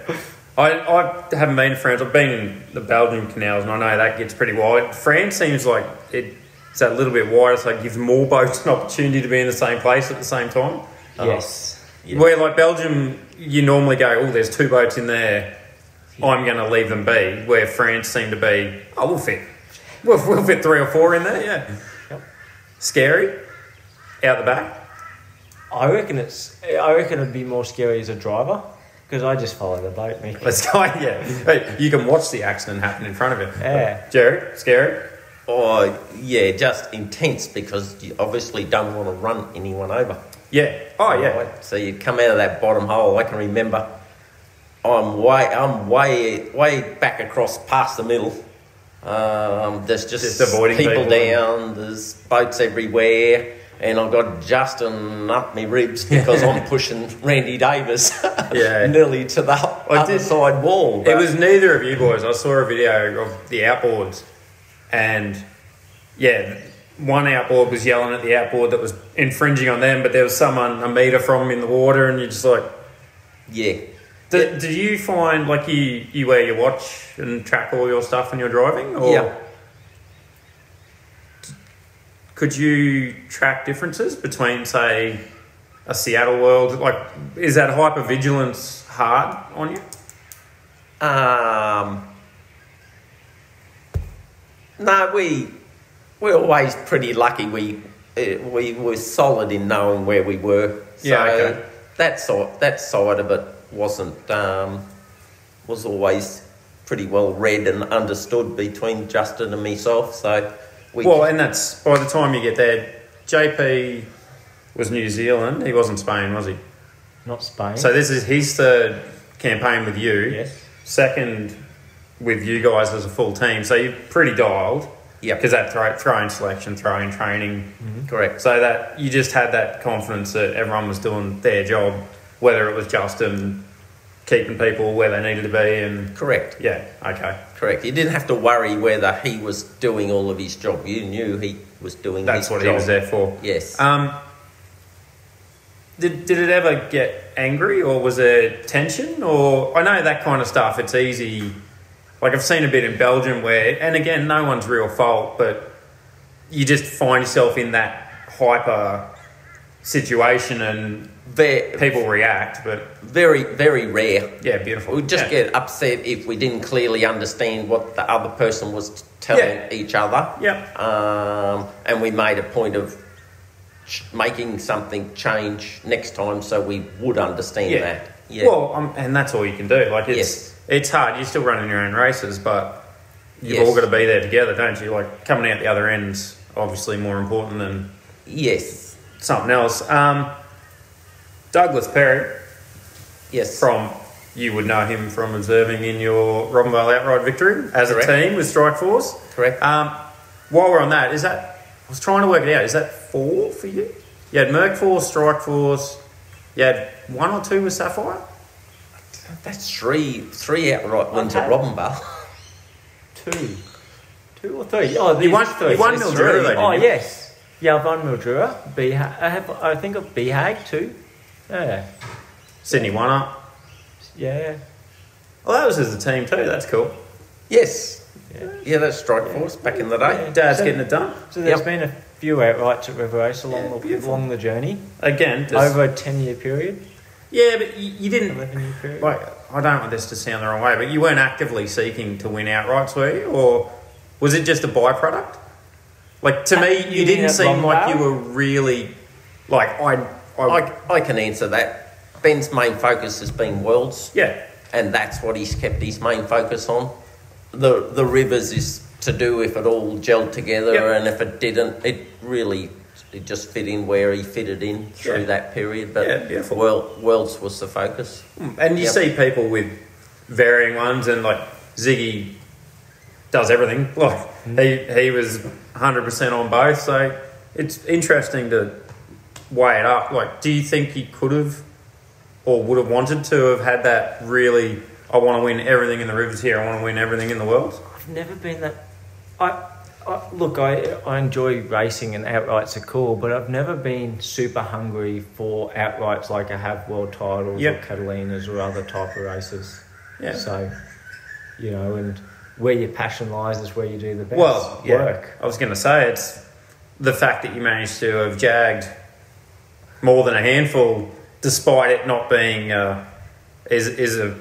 B: I, I haven't been to France. I've been in the Belgian canals, and I know that gets pretty wide. France seems like it, it's a little bit wider, so it gives more boats an opportunity to be in the same place at the same time. Um,
E: Yes.
C: Yeah.
B: Where, like Belgium, you normally go, oh, there's two boats in there, I'm going to leave them be. Where France seemed to be, oh, we'll fit, we'll, we'll fit three or four in there, yeah.
E: Yep.
B: Scary, out the back.
E: I reckon it's. I reckon it'd be more scary as a driver because I just follow the boat. Me.
B: Let's go, yeah. Hey, you can watch the accident happen in front of you.
E: Yeah.
B: Jared, scary.
C: oh yeah, just intense because you obviously don't want to run anyone over.
B: Yeah. Oh yeah.
C: Right? So you come out of that bottom hole. I can remember. I'm way, I'm way, way back across past the middle. Um, there's just,
B: Just avoiding
C: people,
B: people.
C: down. There's boats everywhere, and I've got Justin up my ribs because I'm pushing Randy Davis
B: Yeah.
C: nearly to the other
B: did-
C: side wall.
B: It was neither of you boys. I saw a video of the outboards, and yeah, one outboard was yelling at the outboard that was infringing on them, but there was someone a meter from them in the water, and you're just like,
C: yeah.
B: do, do you find like you you wear your watch and track all your stuff when you're driving, or
C: Yeah.
B: could you track differences between say a Seattle world? Like, is that hypervigilance hard on you?
C: Um, no, we we're always pretty lucky. We eh, we were solid in knowing where we were. So
B: Yeah, okay.
C: that side that side of it wasn't um, was always pretty well read and understood between Justin and myself. So we
B: Well, and that's by the time you get there, JP was New Zealand. He wasn't Spain, was he?
E: Not Spain.
B: So this is his third campaign with you.
E: Yes.
B: Second with you guys as a full team. So you're pretty dialed.
C: Yep.
B: Because that throw, throwing selection, throwing training.
C: correct.
B: So that you just had that confidence that everyone was doing their job, whether it was Justin keeping people where they needed to be, and
C: Correct.
B: yeah, okay,
C: Correct. You didn't have to worry whether he was doing all of his job. You knew he was doing
B: that's
C: his
B: what
C: job.
B: he was there for.
C: Yes.
B: Um, did, did it ever get angry or was there tension or I know that kind of stuff it's easy like I've seen a bit in Belgium where and again no one's real fault but you just find yourself in that hyper situation and
C: Ve-
B: people react but
C: very, very rare.
B: yeah beautiful
C: We'd just
B: Yeah.
C: get upset if we didn't clearly understand what the other person was t- telling
B: Yeah.
C: each other.
B: Yep.
C: Um, and we made a point of ch- making something change next time so we would understand
B: Yeah.
C: that. Yeah.
B: Well, um, and that's all you can do. Like it's
C: Yes.
B: it's hard. You're still running your own races, but you've
C: Yes.
B: all got to be there together, don't you? Like coming out the other end's obviously more important than
C: yes.
B: something else. Um, Douglas Perry
C: Yes.
B: from you would know him from observing in your Robinvale Outride victory as
C: Correct.
B: a team with Strike Force.
C: Correct.
B: Um, while we're on that, is that I was trying to work it out. Is that four for you? You had Merc Force, Strike Force. You had one or two with Sapphire.
C: That's three three outright wins at
E: Okay.
C: Robinvale.
E: Two. Two or three. Oh,
B: You
E: these
B: won.
E: three.
B: You won
C: it's
B: Mildura
C: three.
B: though. didn't
E: Oh
B: you?
E: yes, yeah. I've won Mildura. B- I have. I think of BHAG too. Yeah,
B: Sydney one up.
E: yeah.
B: Well, that was as a team too. That's cool.
C: yes. Yeah, that's Strike Force back in the day.
B: Dad's
E: So-
B: getting it done
E: So there's
C: Yep.
E: been a few outrights at River Race along
B: Yeah,
E: the
B: beautiful.
E: along the journey
B: again. just-
E: over a ten year period,
B: yeah, but you, you didn't.
E: eleven year period.
B: Like, I don't want this to sound the wrong way, but you weren't actively seeking to win outrights, were you? Or was it just a byproduct? Like to me, Uh, you
E: you mean
B: didn't
E: at
B: seem like you
E: Longvale?
B: were really like I. I,
C: I, I can answer that. Ben's main focus has been worlds,
B: yeah,
C: and that's what he's kept his main focus on. The the rivers is to do if it all gelled together,
B: Yep.
C: and if it didn't, it really it just fit in where he fitted in through
B: Yeah.
C: that period. But
B: Yeah, beautiful. Hmm.
C: World, worlds was the focus.
B: and you
C: Yep.
B: see people with varying ones, and like Ziggy does everything. Like he he was hundred percent on both, so it's interesting to weigh it up. Like, do you think he could have or would have wanted to have had that really? I want to win everything in the rivers here. I want to win everything in the world.
E: I've never been that. I, I look, I I enjoy racing and outrights are cool, but I've never been super hungry for outrights like I have world titles
B: Yep.
E: or Catalinas or other type of races.
B: Yeah.
E: So, you know, and where your passion lies is where you do the best
B: Well, yeah.
E: work.
B: I was going to say it's the fact that you managed to have jagged more than a handful, despite it not being uh, is is a,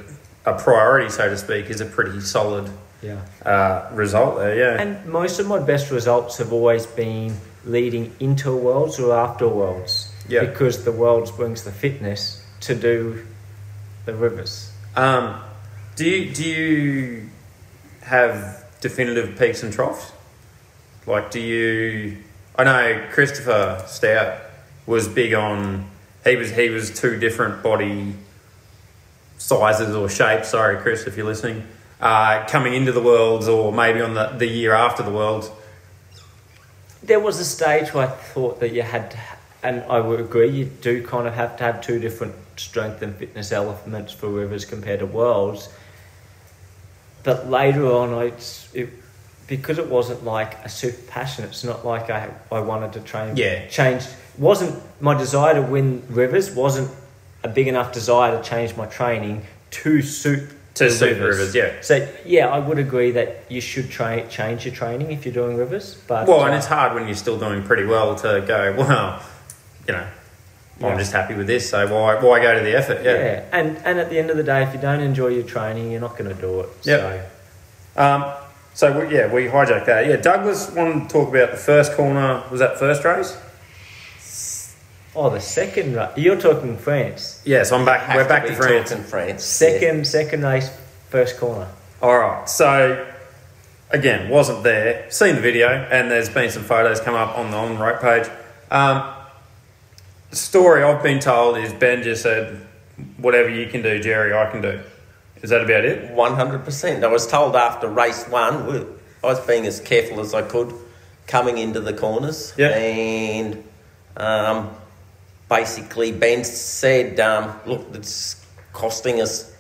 B: a priority, so to speak, is a pretty solid
E: Yeah.
B: uh, result there. Yeah,
E: And most of my best results have always been leading into worlds or after worlds.
B: Yeah.
E: Because the worlds brings the fitness to do the rivers.
B: um, do you do you have definitive peaks and troughs? Like, do you? I know Christopher Stout was big on. He was he was two different body sizes or shapes. Sorry, Chris, if you're listening, uh, coming into the worlds or maybe on the, the year after the worlds.
E: There was a stage where I thought that you had, to, and I would agree, you do kind of have to have two different strength and fitness elements for rivers compared to worlds. But later on, I, it, because it wasn't like a super passion, it's not like I, I wanted to train.
B: Yeah.
E: Change wasn't my desire to win rivers wasn't a big enough desire to change my training to suit
B: To
E: the
B: suit the rivers, yeah.
E: So yeah, I would agree that you should try change your training if you're doing rivers, but
B: Well, and
E: uh,
B: it's hard when you're still doing pretty well to go. Well, you know, I'm
E: Yeah.
B: just happy with this, so why why go to the effort?
E: Yeah. and and at the end of the day, if you don't enjoy your training, you're not going to do it.
B: Yep.
E: So
B: Um, so we, yeah, we hijacked that. Yeah, Douglas wanted to talk about the first corner. Was that first race?
E: oh, the second ra- you're talking France.
B: Yes, I'm back.
C: Have
B: We're back
C: be
B: to France.
C: talking France.
E: Second second race, first corner.
B: All right. So again, wasn't there. Seen the video, and there's been some photos come up on the on right page. Um, the story I've been told is Ben just said, "Whatever you can do, Jerry, I can do." Is that about it?
C: One hundred percent. I was told after race one, we- I was being as careful as I could coming into the corners,
B: Yeah.
C: and um, basically Ben said, um, "Look, it's costing us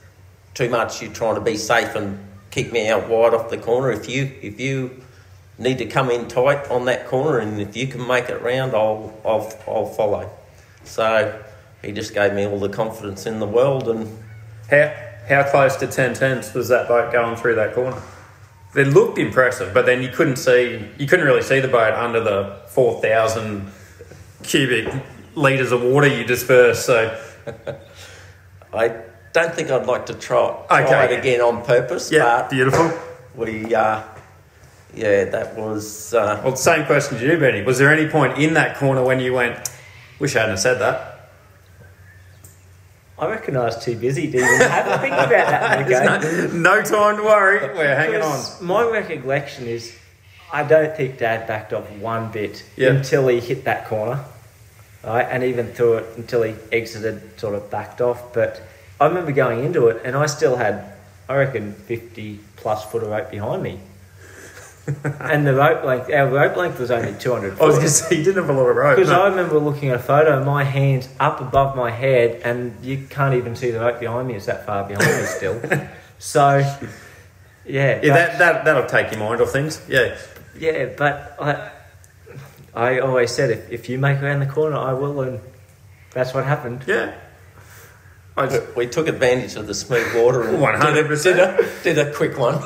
C: too much. You're trying to be safe and kick me out wide off the corner. If you if you need to come in tight on that corner, and if you can make it round, I'll I'll, I'll follow." So he just gave me all the confidence in the world, and
B: How how close to ten tenths was that boat going through that corner? It looked impressive, but then you couldn't see you couldn't really see the boat under the four thousand cubic liters of water you dispersed. So
C: I don't think I'd like to try, try
B: Okay.
C: it again on purpose,
B: yeah, Ah, beautiful.
C: but we, uh, yeah, that was, uh,
B: Well, same question to you, Benny. Was there any point in that corner when you went? Wish I hadn't have said that.
E: I reckon I was too busy to even have a think about that. Okay.
B: No time to worry. We're hanging on.
E: Because My recollection is I don't think Dad backed off one bit
B: Yeah.
E: until he hit that corner. Right, and even through it until he exited, sort of backed off. But I remember going into it and I still had, I reckon, 50 plus foot of rope behind me. and the rope length, our rope length was only 200
B: I was
E: foot.
B: going to say, you didn't have a lot of rope.
E: Because
B: no.
E: I remember looking at a photo, my hands up above my head, and you can't even see the rope behind me. It's that far behind me still. So, yeah,
B: yeah, that, that, that'll take your mind off things. Yeah.
E: but, yeah, but I, I always said if, if you make around the corner, I will, and that's what happened.
B: Yeah. I just,
C: We took advantage of the smooth water and
B: 100%.
C: Did, a, did a quick one.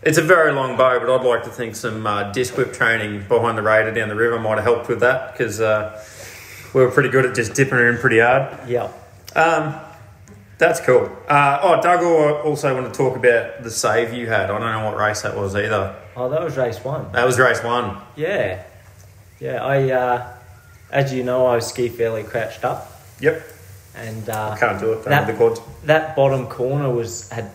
B: It's a very long bow, but I'd like to think some uh, disc whip training behind the raider down the river might have helped with that because uh, we were pretty good at just dipping her in pretty hard.
E: Yeah.
B: Um, that's cool. Uh, oh, Doug al- also want to talk about the save you had. I don't know what race that was either.
E: Oh, that was race one.
B: That was race one.
E: Yeah, yeah. I, uh, as you know, I was ski fairly crouched up,
B: Yep.
E: and uh,
B: Can't do it. Don't
E: That-
B: have the quads.
E: that bottom corner was had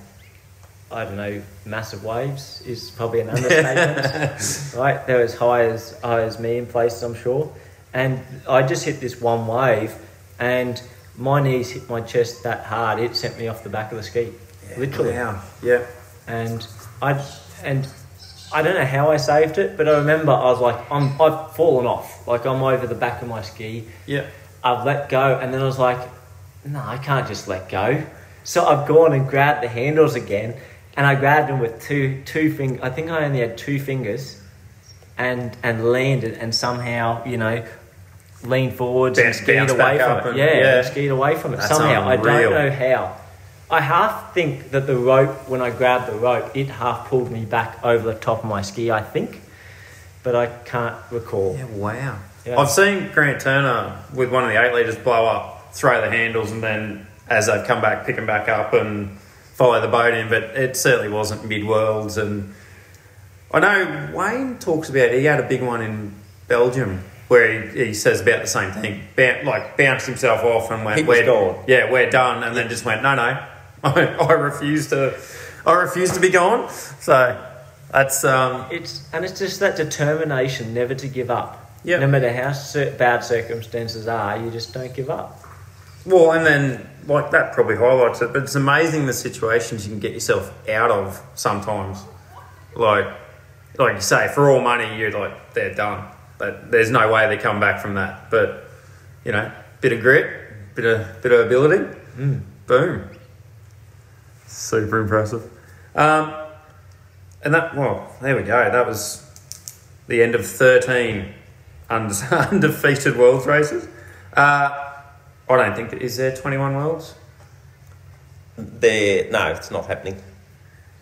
E: I don't know massive waves is probably an understatement. right, they were as high as high as me in places, I'm sure. And I just hit this one wave, and my knees hit my chest that hard it sent me off the back of the ski, literally.
B: Yeah. Yeah.
E: And I and I don't know how I saved it, but I remember I was like, I'm I've fallen off, like I'm over the back of my ski.
B: Yeah.
E: I've let go. And then I was like, no, I can't just let go. So I've gone and grabbed the handles again and I grabbed them with two, two fingers. I think I only had two fingers and, and landed and somehow, you know, leaned forwards
B: Bounce-
E: and skied
B: bounce
E: away
B: back
E: from
B: up
E: it.
B: and-
E: yeah,
B: yeah.
E: and skied away from it
B: That's
E: somehow. I
B: unreal.
E: don't know how. I half think that the rope, when I grabbed the rope, it half pulled me back over the top of my ski, I think. But I can't recall.
B: Yeah, wow.
E: Yeah.
B: I've seen Grant Turner with one of the eight leaders blow up, throw the handles, and then as they've come back, pick them back up and follow the boat in. But it certainly wasn't mid worlds. And I know Wayne talks about he had a big one in Belgium where he, he says about the same thing, Boun like bounced himself off and went,
C: He was
B: "We're
C: gone."
B: Yeah, we're done, and then just went, "No, no, I, I refuse to, I refuse to be gone." So that's um,
E: It's and it's just that determination never to give up.
B: Yep.
E: No matter how cir- bad circumstances are, you just don't give up.
B: Well, and then like that probably highlights it, but it's amazing the situations you can get yourself out of sometimes. Like, like you say, for all money, you're like they're done. But there's no way they come back from that. But you know, bit of grit, bit of bit of ability, boom. Hmm. Super impressive. Um, and that well, there we go. That was the end of thirteen unde- undefeated world races. Uh, I don't think is there twenty one worlds.
C: There, no, it's not happening.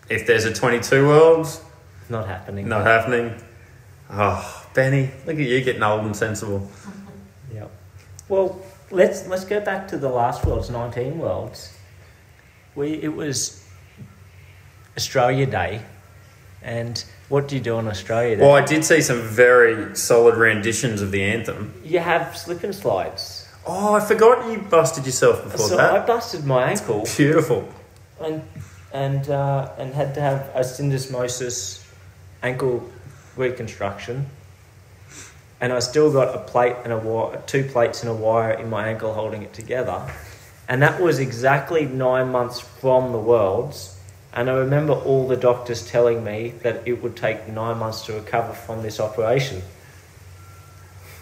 B: If there's a twenty two worlds,
E: Not happening.
B: not happening. Oh, Benny, look at you getting old and sensible.
E: Yep. Well, let's let's go back to the last worlds, nineteen worlds. We it was Australia Day, and what do you do on Australia Day?
B: Well, I did see some very solid renditions of the anthem.
E: You have slip and slides.
B: Oh, I forgot you busted yourself before
E: So I
B: that.
E: busted my ankle.
B: Beautiful.
E: and and uh, and had to have a syndesmosis ankle reconstruction. And I still got a plate and a wire, two plates and a wire in my ankle holding it together. And that was exactly nine months from the worlds. And I remember all the doctors telling me that it would take nine months to recover from this operation.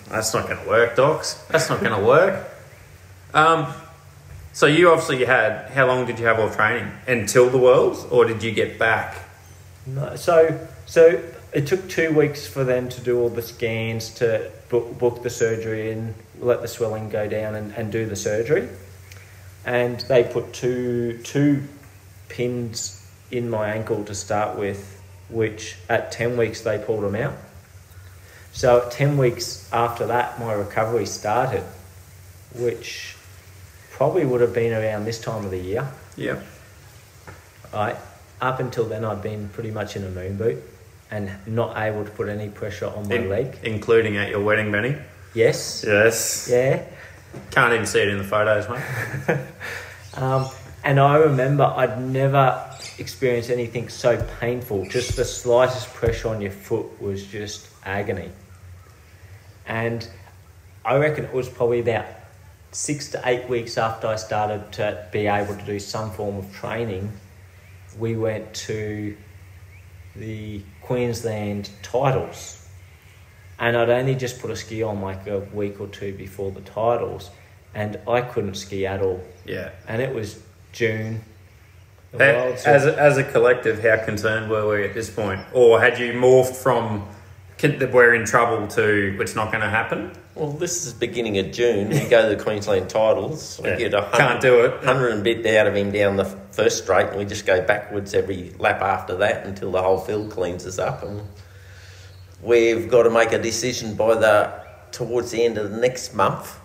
B: That's not going to work, docs. That's not going to work. Um, so you obviously had how long did you have off training until the worlds, or did you get back?
E: No, so so it took two weeks for them to do all the scans to book, book the surgery and let the swelling go down and, and do the surgery and they put two two pins in my ankle to start with which at 10 weeks they pulled them out so at 10 weeks after that my recovery started which probably would have been around this time of the year
B: Yeah.
E: Right. Up until then, I'd been pretty much in a moon boot and not able to put any pressure on my leg.
B: including at your wedding, Benny.
E: Yes.
B: Yes.
E: Yeah.
B: Can't even see it in the photos, mate.
E: Um, and I remember I'd never experienced anything so painful. Just the slightest pressure on your foot was just agony. And I reckon it was probably about six to eight weeks after I started to be able to do some form of training. We went to the Queensland titles. And I'd only just put a ski on like a week or two before the titles. And I couldn't ski at all.
B: Yeah.
E: And it was June. The
B: That-
E: Worlds were-
B: as, a, as a collective, how concerned were we at this point? Or had you morphed from can, that we're in trouble to it's not going to happen?
C: Well, this is beginning of June. We go to the Queensland titles. We
B: Yeah.
C: get a
B: Can't do it.
C: Hundred and bit out of him down the f- first straight, and we just go backwards every lap after that until the whole field cleans us up. And we've got to make a decision by the towards the end of the next month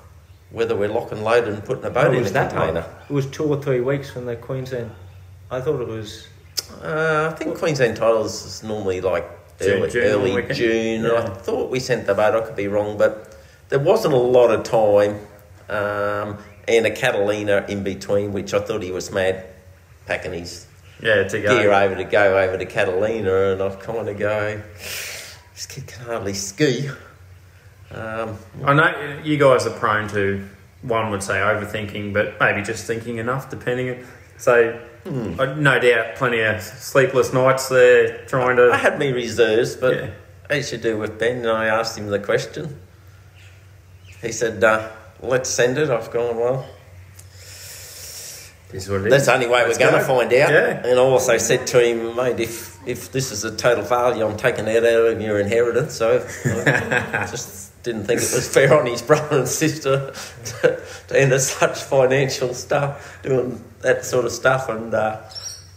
C: whether we're lock and loaded and putting a boat
E: It
C: in
E: was
C: a
E: that
C: container.
E: month. It was two or three weeks from the Queensland. I thought it was.
C: Uh, I think Queensland titles is normally like
B: June-
C: early
B: June
C: early
B: weekend.
C: June. and I
B: Yeah.
C: thought we sent the boat. I could be wrong, but there wasn't a lot of time, um, and a Catalina in between, which I thought he was mad packing his
B: Yeah, to go.
C: gear over to go over to Catalina, and I've kind of go. This kid can hardly ski. Um,
B: I know you guys are prone to, one would say overthinking, but maybe just thinking enough, depending. So, I no doubt, plenty of sleepless nights there trying to.
C: I had me reserves, but
B: Yeah.
C: as you do with Ben, and I asked him the question. He said, uh, "Let's send it." I've gone well.
B: This is what it
C: That's
B: is.
C: the only way
B: Let's
C: we're going
B: go.
C: to find out.
B: Yeah.
C: And I also said to him, mate, if, if this is a total failure, I'm taking it out of your inheritance. So I just didn't think it was fair on his brother and sister to, to enter such financial stuff, doing that sort of stuff. And, uh,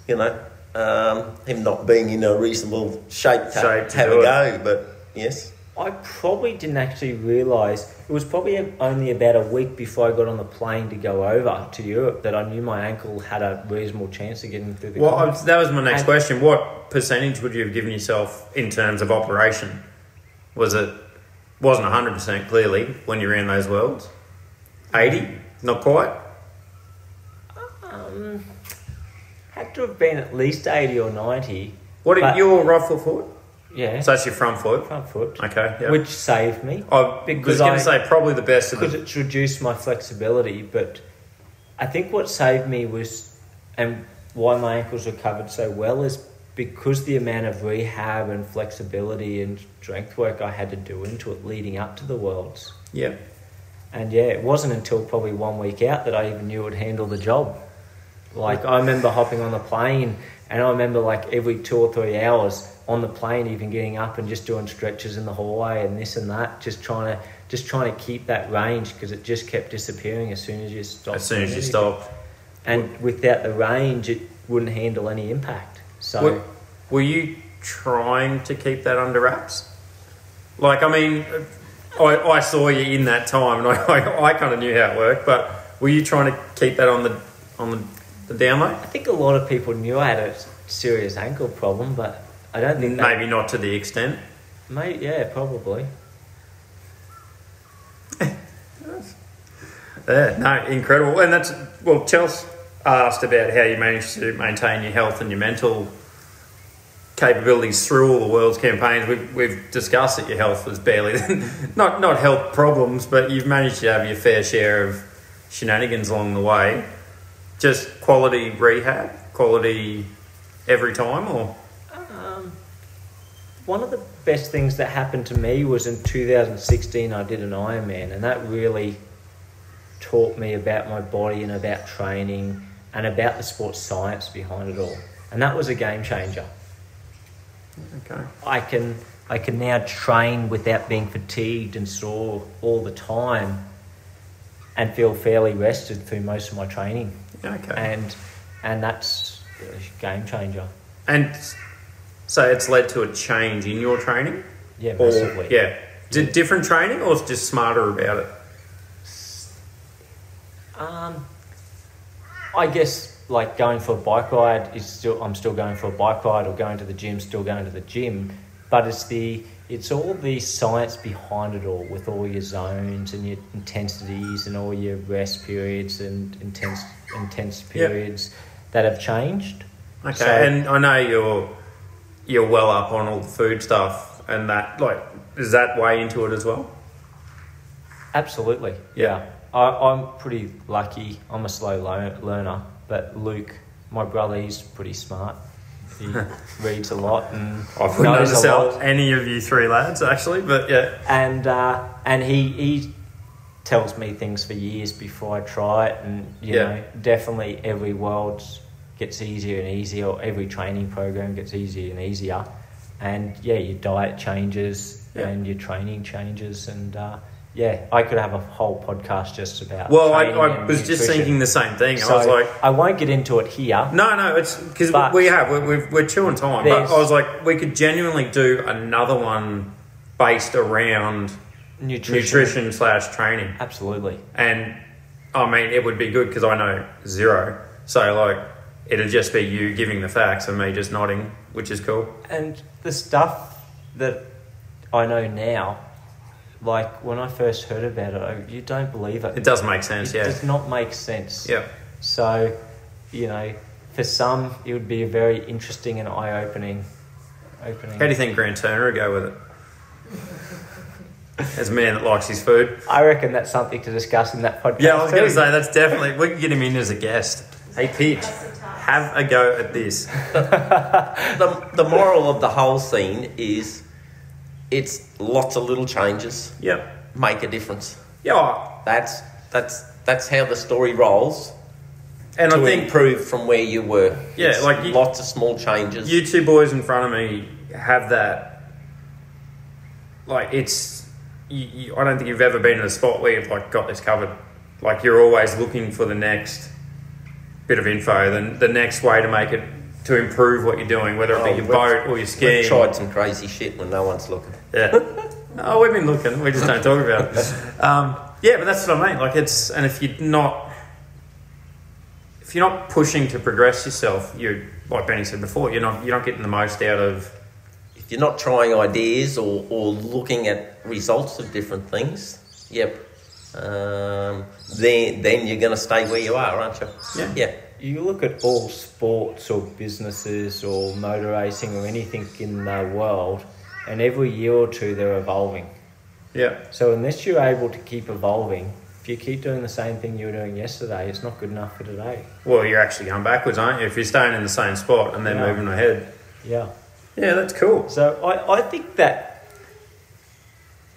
C: you know, um, him not being in a reasonable shape to
B: Shape to
C: have
B: do
C: a
B: it.
C: go. But yes,
E: I probably didn't actually realise. It was probably only about a week before I got on the plane to go over to Europe that I knew my ankle had a reasonable chance of getting through the.
B: Well, I
E: comp.
B: was, that was my next
E: And-
B: question. What percentage would you have given yourself in terms of operation? Was it wasn't hundred percent clearly when you ran those worlds? Eighty, not quite.
E: um, had to have been at least eighty or ninety.
B: What if
E: But-
B: your right foot forward?
E: Yeah,
B: So that's your front foot.
E: front foot,
B: Okay. Yeah.
E: which saved me.
B: I was
E: because
B: going
E: I-
B: to say probably the best of
E: because
B: the.
E: it's reduced my flexibility. But I think what saved me was, and why my ankles recovered so well is because the amount of rehab and flexibility and strength work I had to do into it leading up to the worlds.
B: Yeah.
E: And yeah, it wasn't until probably one week out that I even knew it would handle the job. Like I remember hopping on the plane, and I remember like every two or three hours on the plane, even getting up and just doing stretches in the hallway and this and that, just trying to just trying to keep that range because it just kept disappearing as soon as you stopped.
B: As soon as you
E: moving.
B: stopped,
E: and without the range, it wouldn't handle any impact. So
B: were, were you trying to keep that under wraps? Like, I mean, I, I saw you in that time, and I, I, I kind of knew how it worked. But were you trying to keep that on the on the, the down low?
E: I think a lot of people knew I had a serious ankle problem, but I don't think that-
B: Maybe not to the extent.
E: Mate, yeah, probably.
B: Yeah, no, incredible. And that's well, Chelsea asked about how you managed to maintain your health and your mental capabilities through all the world's campaigns. We've, we've discussed that your health was barely not not health problems, but you've managed to have your fair share of shenanigans along the way. Just quality rehab, quality every time, or
E: One of the best things that happened to me was in 2016, I did an Ironman, and that really taught me about my body and about training and about the sports science behind it all. And that was a game changer.
B: okay,
E: I can I can now train without being fatigued and sore all the time, and feel fairly rested through most of my training.
B: Yeah, okay.
E: And and that's a game changer.
B: And so it's led to a change in your training?
E: Yeah,
B: Or-
E: massively.
B: yeah. D- different training or just smarter about it?
E: Um, I guess like going for a bike ride is still I'm still going for a bike ride or going to the gym, still going to the gym, but it's the it's all the science behind it all with all your zones and your intensities and all your rest periods and intense intense periods that have changed.
B: Okay,
E: So-
B: and I know you're you're well up on all the food stuff and that. Like, does that weigh into it as well?
E: Absolutely.
B: Yeah.
E: I, I'm pretty lucky. I'm a slow lear- learner, but Luke, my brother, he's pretty smart. He reads a lot and
B: I wouldn't
E: knows a lot.
B: undersell any of you three lads actually, but yeah,
E: and uh, and he he tells me things for years before I try it, and you
B: Yeah.
E: know definitely every world gets easier and easier, or every training program gets easier and easier, and yeah, your diet changes
B: Yeah.
E: and your training changes, and uh, yeah, I could have a whole podcast just about.
B: Well, I,
E: training
B: I
E: and
B: was just
E: nutrition.
B: thinking the same thing.
E: So
B: I was like,
E: I won't get into it here.
B: no, no, it's because
E: But-
B: we have we're, we're, we're chewing time. But
E: There's-
B: I was like, we could genuinely do another one based around
E: Nutrition.
B: nutrition slash training,
E: Absolutely.
B: and I mean it would be good because I know zero, so like it'd just be you giving the facts and me just nodding, which is cool.
E: And the stuff that I know now, like when I first heard about it, I, you don't believe it.
B: It does make sense,
E: It
B: yeah,
E: does not make sense.
B: yeah,
E: So, you know, for some, it would be a very interesting and eye-opening. Opening.
B: How do you think Grant Turner would go with it? As a man that likes his food.
E: I reckon that's something to discuss in that podcast.
B: Yeah, I was going
E: too.
B: to say, that's definitely, we can get him in as a guest. Hey, Pitch, have a go at this.
C: The, the moral of the whole scene is it's lots of little changes
B: Yep.
C: make a difference.
B: Yeah, oh,
C: That's, that's, that's how the story rolls
B: and
C: to
B: I think
C: improve from where you were.
B: Yeah,
C: It's
B: like you-
C: lots of small changes.
B: you two boys in front of me have that, like, it's, you, you, I don't think you've ever been in a spot where you've, like, got this covered. Like, you're always looking for the next bit of info, then the next way to make it, to improve what you're doing, whether it be
C: Oh,
B: your
C: we've-
B: boat or your skiing.
C: We've tried some crazy shit when no one's looking.
B: Yeah. no, we've been looking. We just don't talk about it. Um, yeah, but that's what I mean. Like it's and if you're not if you're not pushing to progress yourself, you're like Benny said before, you're not you're not getting the most out of
C: If you're not trying ideas or, or looking at results of different things, yep, um, then, then you're going to stay where you are, aren't you?
B: Yeah.
C: Yeah.
E: You look at all sports or businesses or motor racing or anything in the world, and every year or two they're evolving.
B: Yeah.
E: So unless you're able to keep evolving, if you keep doing the same thing you were doing yesterday, it's not good enough for today.
B: Well, you're actually going backwards, aren't you? If you're staying in the same spot and then
E: Yeah.
B: moving ahead.
E: Yeah.
B: Yeah, that's cool.
E: So I, I think that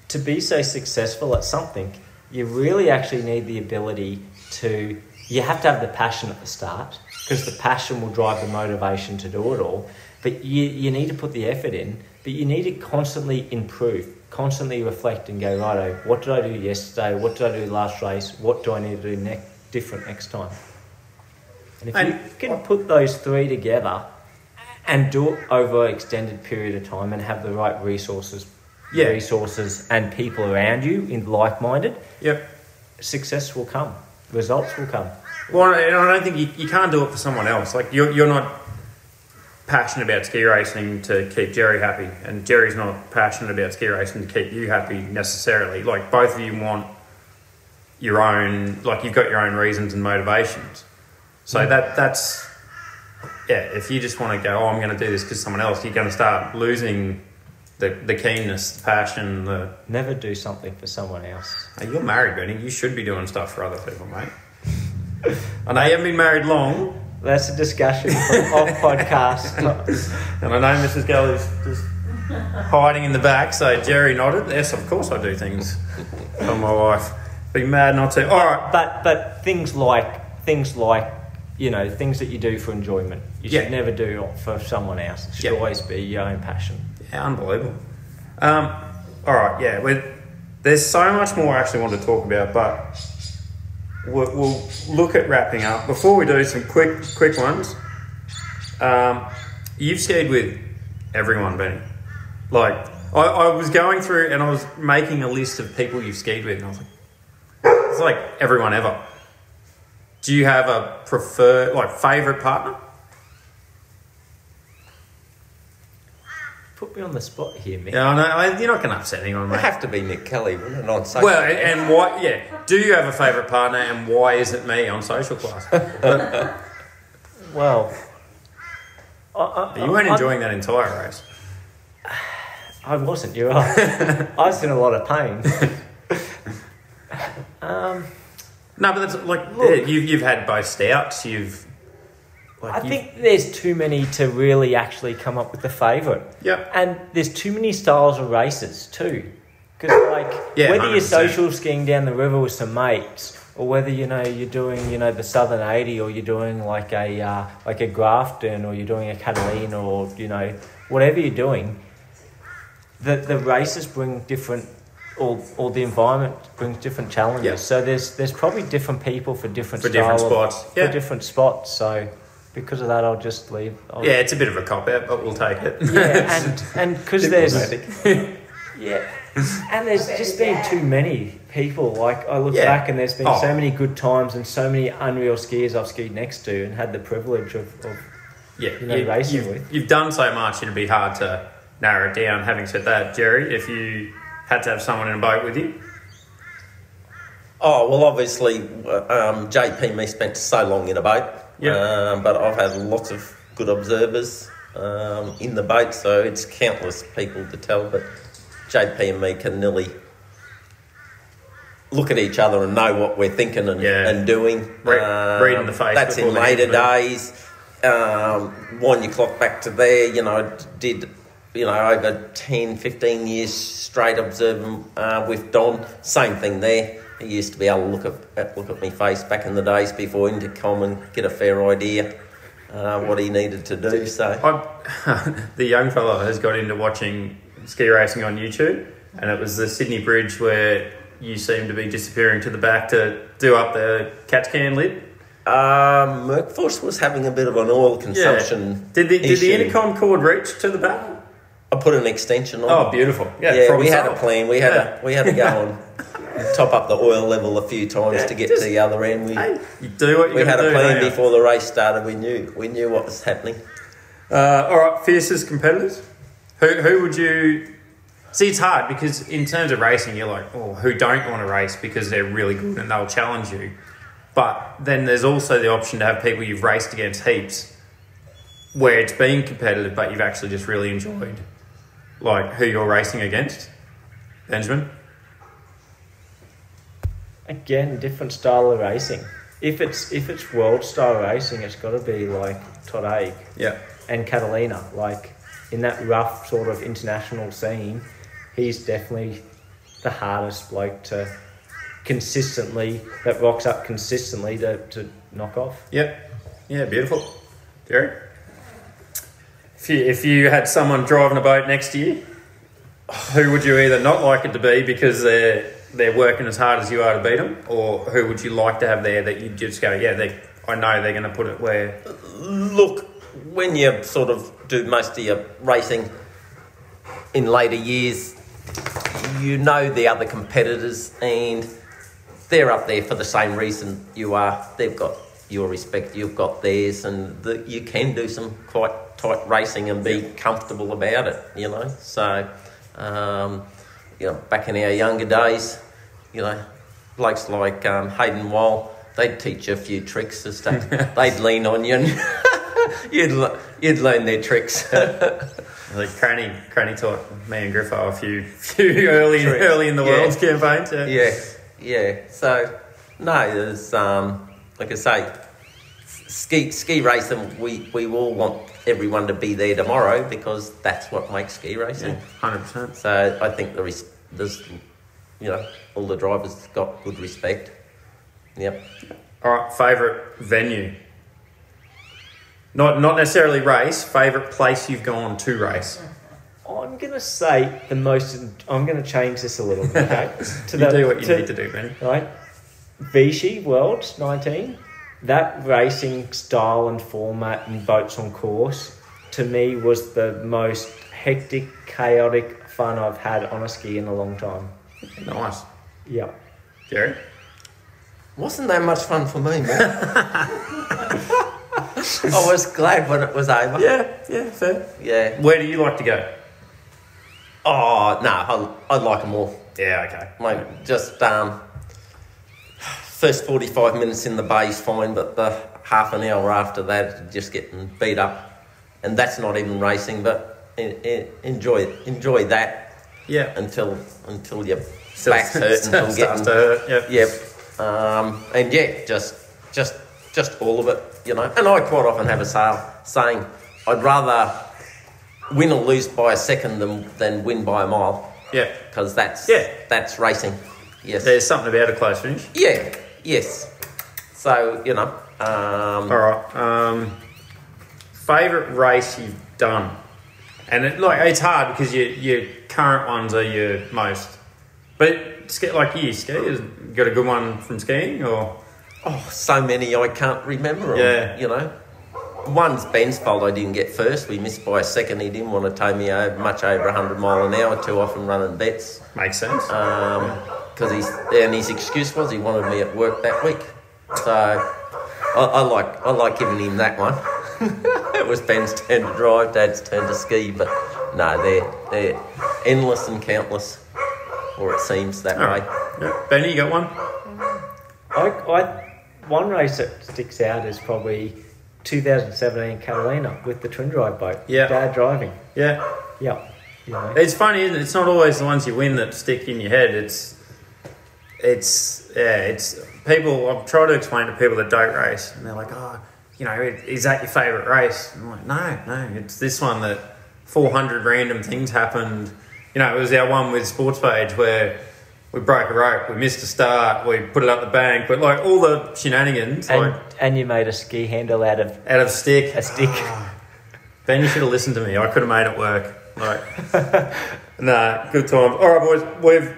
E: to be so successful at something, you really actually need the ability to, you have to have the passion at the start because the passion will drive the motivation to do it all. But you, you need to put the effort in, but you need to constantly improve, constantly reflect and go, righto, what did I do yesterday? What did I do last race? What do I need to do next, different next time? And if you
B: And-
E: can put those three together, and do it over an extended period of time and have the right resources
B: Yeah.
E: resources and people around you in like-minded
B: Yep.
E: success will come results will come
B: Well, and I don't think you, you can't do it for someone else. Like you're, you're not passionate about ski racing to keep Jerry happy, and Jerry's not passionate about ski racing to keep you happy necessarily. Like both of you want your own, like you've got your own reasons and motivations. So that that's yeah. If you just want to go, oh, I'm going to do this because someone else, you're going to start losing the the keenness, the passion. The
E: never do something for someone else
B: Hey, you're married, Benny. You should be doing stuff for other people, mate. I know you haven't been married long.
E: that's a discussion for off podcast
B: And I know Mrs. Galley's just hiding in the back, so Jerry nodded. Yes, of course I do things for my wife. Be mad not to. All right.
E: but but things like things like you know things that you do for enjoyment you
B: Yeah.
E: should never do for someone else it should
B: Yeah.
E: always be your own passion
B: Yeah, unbelievable. Um, all right, yeah. we there's so much more I actually want to talk about, but we'll, we'll look at wrapping up. Before we do, some quick quick ones. Um, you've skied with everyone, Benny. Like, I, I was going through and I was making a list of people you've skied with, and I was like, it's like everyone ever. Do you have a preferred, like, favourite partner?
E: put me on the spot here, Mick.
B: Yeah, I know. I- You're not going to upset anyone,
C: It'd
B: mate.
C: have to be Nick Kelly, wouldn't it? On social
B: Well, and, and why? Yeah. Do you have a favourite partner, and why is it me on social class?
E: Well, I, I,
B: You weren't
E: I-
B: enjoying that entire race.
E: I wasn't. You are. I was in a lot of pain. um,
B: No, but that's like
E: Look.
B: yeah, you've you've had both stouts. You've.
E: I
B: Like, you-
E: think there's too many to really actually come up with a favourite.
B: Yep.
E: And there's too many styles of races too. Because like
B: Yeah,
E: whether you are
B: 100%.
E: social skiing down the river with some mates, or whether you know you're doing you know the Southern Eighty, or you're doing like a uh, like a Grafton, or you're doing a Catalina, or you know whatever you're doing, the the races bring different. Or, or the environment brings different challenges.
B: Yeah.
E: So there's there's probably different people for different
B: For different
E: style of-
B: spots.
E: for
B: Yeah.
E: different spots. So because of that, I'll just leave. I'll
B: Yeah, it's a bit of a cop out, but we'll take it.
E: yeah, and and because there's yeah, and there's just been too many people. Like I look
B: Yeah.
E: back, and there's been
B: Oh.
E: so many good times and so many unreal skiers I've skied next to and had the privilege of. of
B: yeah,
E: You know, racing
B: have
E: with.
B: you've done so much, it'd be hard to narrow it down. Having said that, Jerry, if you had to have someone in a boat with you,
C: Oh well, obviously, um, JP me spent so long in a boat,
B: Yeah.
C: um, but I've had lots of good observers um, in the boat, so it's countless people to tell. But JP and me can nearly look at each other and know what we're thinking and,
B: Yeah.
C: and doing. Um,
B: Re- reading the face
C: That's in
B: before the next
C: later
B: move.
C: days. Um, wind your clock back to there. You know, did you know over 10, 15 years straight observing uh, with Don. Same thing there. He used to be able to look at- at look at me face back in the days before intercom and get a fair idea uh, what he needed to do. So
B: I, the young fella has got into watching ski racing on YouTube, and it was the Sydney Bridge where you seem to be disappearing to the back to do up the catch can lid.
C: um, Merkforce was having a bit of an oil consumption.
B: Did the did
C: issue.
B: the intercom cord reach to the back?
C: I put an extension on.
B: Oh, beautiful! Yeah,
C: yeah,
B: problem
C: we had a
B: solved.
C: plan. We had
B: Yeah.
C: a, we had to go and top up the oil level a few times
B: Yeah,
C: to get
B: just-
C: to the other end. We,
B: Hey, you do what you
C: we had
B: gotta
C: a
B: do,
C: plan
B: don't you?
C: before the race started. We knew we knew what was happening.
B: Uh, all right, fiercest competitors. Who who would you see? It's hard because in terms of racing, you're like, oh, who don't want to race because they're really good and they'll challenge you. But then there's also the option to have people you've raced against heaps, where it's been competitive, but you've actually just really enjoyed, like who you're racing against. Benjamin,
E: again different style of racing. If it's if it's world style racing, it's got to be like Todd Haig
B: yeah,
E: and Catalina. Like in that rough sort of international scene, he's definitely the hardest bloke to consistently that rocks up consistently to, to knock off.
B: yep, yeah, beautiful, Derek. If you, if you had someone driving a boat next to you, who would you either not like it to be because they're they're working as hard as you are to beat them, or who would you like to have there that you just go, yeah, they, I know they're going to put it where
C: Look, when you sort of do most of your racing in later years, you know the other competitors and they're up there for the same reason you are. They've got your respect, you've got theirs, and the, you can do some quite tight racing and be comfortable about it, you know. So, um, you know, back in our younger days, you know, blokes like um, Hayden Wall, they'd teach you a few tricks and stuff. they'd lean on you and you'd, le- you'd learn their tricks.
B: like Cranny Cranny taught me and Griffo a few few early
C: Tricks.
B: early in the
C: Yeah.
B: world campaigns. Yeah.
C: yeah, yeah. So no, there's um, like I say, ski ski racing. We we all want everyone to be there tomorrow because that's what makes ski racing.
B: hundred percent.
C: So I think there is there's you know all the drivers got good respect. Yep.
B: All right, favorite venue. Not not necessarily race. Favorite place you've gone to race.
E: I'm gonna say the most. I'm gonna change this a little bit. Okay? to
B: You do what you need to do, man.
E: right? Vichy Worlds 19. That racing style and format and boats on course to me was the most hectic, chaotic fun I've had on a ski in a long time.
B: Nice,
E: Yeah.
B: Jerry.
C: Wasn't that much fun for me, man? I was glad when it was over.
B: Yeah, yeah, fair.
C: Yeah.
B: Where do you like to go?
C: Oh no, I, I like them all.
B: Yeah, okay.
C: Like just um, first forty-five minutes in the bay is fine, but the half an hour after that, just getting beat up, and that's not even racing. But en- en- enjoy it. Enjoy that
B: Yeah.
C: until until your
B: Still
C: back's hurt
B: starts
C: until
B: to
C: getting
B: hurt, yep.
C: Yep. Um, and yeah, just just just all of it, you know. And I quite often have a sale saying I'd rather win or lose by a second than than win by a mile
B: Yeah.
C: because that's
B: Yeah.
C: that's racing. Yes.
B: There's something about a close finish.
C: yeah. Yes. So you know. Um,
B: All right. Um, favorite race you've done, and it, like it's hard because your your current ones are your most. But ski, like you ski, has got a good one from skiing or
C: oh, so many I can't remember. 'em,
B: Yeah.
C: You know. One's Ben's fault I didn't get first. We missed by a second. He didn't want to tow me over, much over 100 mile an hour too often running bets.
B: makes sense.
C: because Um, he's and his excuse was he wanted me at work that week. So I, I like I like giving him that one. it was Ben's turn to drive, Dad's turn to ski, but no, they're they're endless and countless, or it seems that
B: All
C: way.
B: right. Yeah. Benny, you got one?
E: I, I, one race that sticks out is probably 2017 Catalina with the twin drive boat.
B: Yeah.
E: Dad driving.
B: Yeah.
E: Yeah. You know.
B: It's funny, isn't it? It's not always the ones you win that stick in your head. It's, it's, yeah, it's people. I've tried to explain to people that don't race, and they're like, oh, you know, is that your favourite race? And I'm like, no, no, it's this one that 400 random things happened. You know, it was our one with Sports Page where we broke a rope, we missed a start, we put it up the bank, but like all the shenanigans,
E: And,
B: like
E: and you made a ski handle out of
B: out of stick.
E: a stick.
B: Ben, you should have listened to me. I could have made it work. Like, nah, good times. All right, boys, we've.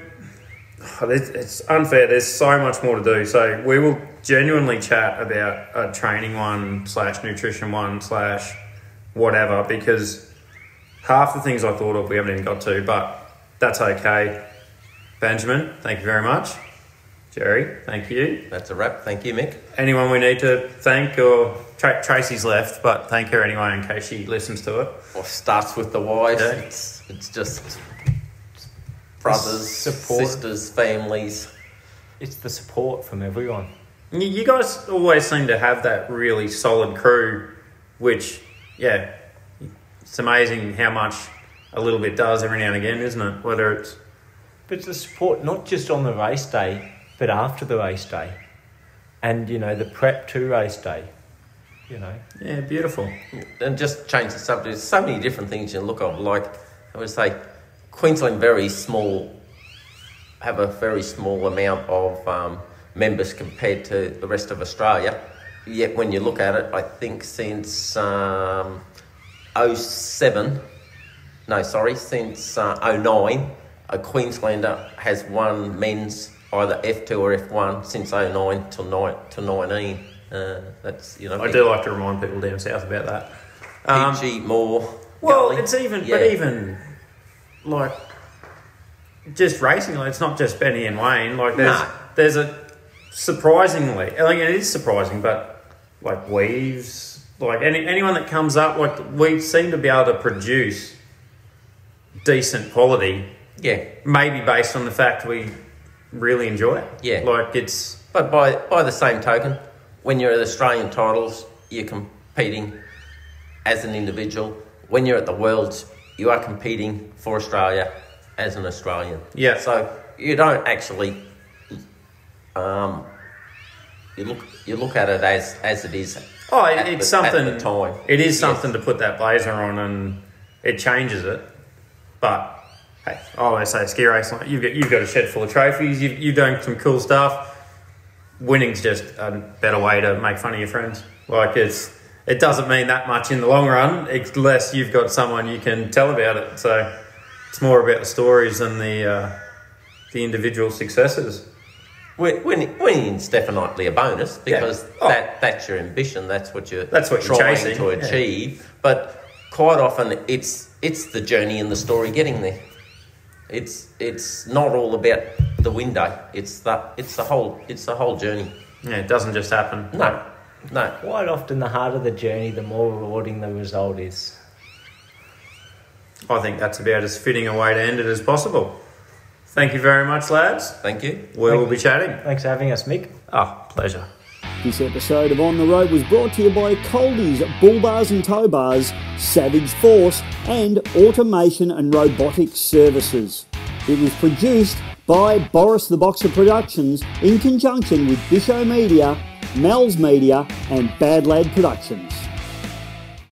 B: oh, it's- It's unfair. There's so much more to do. So we will genuinely chat about a training one slash nutrition one slash whatever because half the things I thought of we haven't even got to, but that's okay. Benjamin, thank you very much. Jerry, thank you.
C: That's a wrap. Thank you, Mick.
B: Anyone we need to thank or Tra- Tracy's left, but thank her anyway in case she listens to it.
C: Well, starts with the wife.
B: Yeah.
C: It's it's just brothers,
E: Support.
C: sisters, families.
E: It's the support from everyone.
B: You- You guys always seem to have that really solid crew, which, yeah, it's amazing how much a little bit does every now and again, isn't it? Whether it's
E: But the support not just on the race day, but after the race day. And, you know, the prep to race day. You know.
B: yeah, beautiful.
C: and just change the subject. There's so many different things you look of. Like I would say, Queensland very small have a very small amount of um, members compared to the rest of Australia. Yet when you look at it, I think since um, 07, no, sorry, since uh, 09, a Queenslander has won men's either F2 or F1 since 09 till, nine till 19. Uh, that's, you know,
B: I do like to remind people down south about that. Um,
C: PG Moore.
B: Well,
C: Gully.
B: it's even,
C: Yeah.
B: but even like just racing, like, it's not just Benny and Wayne. Like there's
C: Nah.
B: there's a surprisingly, like it is surprising, but like Weaves, like any anyone that comes up, like we seem to be able to produce decent quality,
C: yeah.
B: maybe based on the fact we really enjoy it.
C: Yeah.
B: like it's
C: But by by the same token, when you're at Australian titles, you're competing as an individual. When you're at the Worlds, you are competing for Australia as an Australian.
B: Yeah.
C: So you don't actually. Um, you look you look at it as as it is.
B: oh, it,
C: at
B: it's
C: the- at
B: something.
C: the time.
B: It is
C: Yes.
B: something to put that blazer on, and it changes it. But hey, I always say ski racing. You've got you've got a shed full of trophies. You've you've done some cool stuff. Winning's just a better way to make fun of your friends. Like it's it doesn't mean that much in the long run, unless you've got someone you can tell about it. So it's more about the stories than the uh, the individual successes.
C: Win- Winning, winning's definitely a bonus because
B: Oh.
C: that, that's your ambition. That's what you're
B: That's what you're
C: trying
B: chasing,
C: to
B: yeah.
C: achieve. But quite often, it's it's the journey and the story getting there. It's it's not all about the window. It's the it's the whole it's the whole journey.
B: Yeah, it doesn't just happen.
C: No, no.
E: Quite often, the harder the journey, the more rewarding the result is.
B: I think that's about as fitting a way to end it as possible. Thank you very much, lads.
C: Thank you.
B: We will be chatting.
D: Thanks for having us, Mick.
B: Oh, pleasure.
F: This episode of On the Road was brought to you by Coldies, Bull Bars and Tow Bars, Savage Force, and Automation and Robotics Services. It was produced by Boris the Boxer Productions in conjunction with Bisho Media, Mel's Media, and Bad Lad Productions.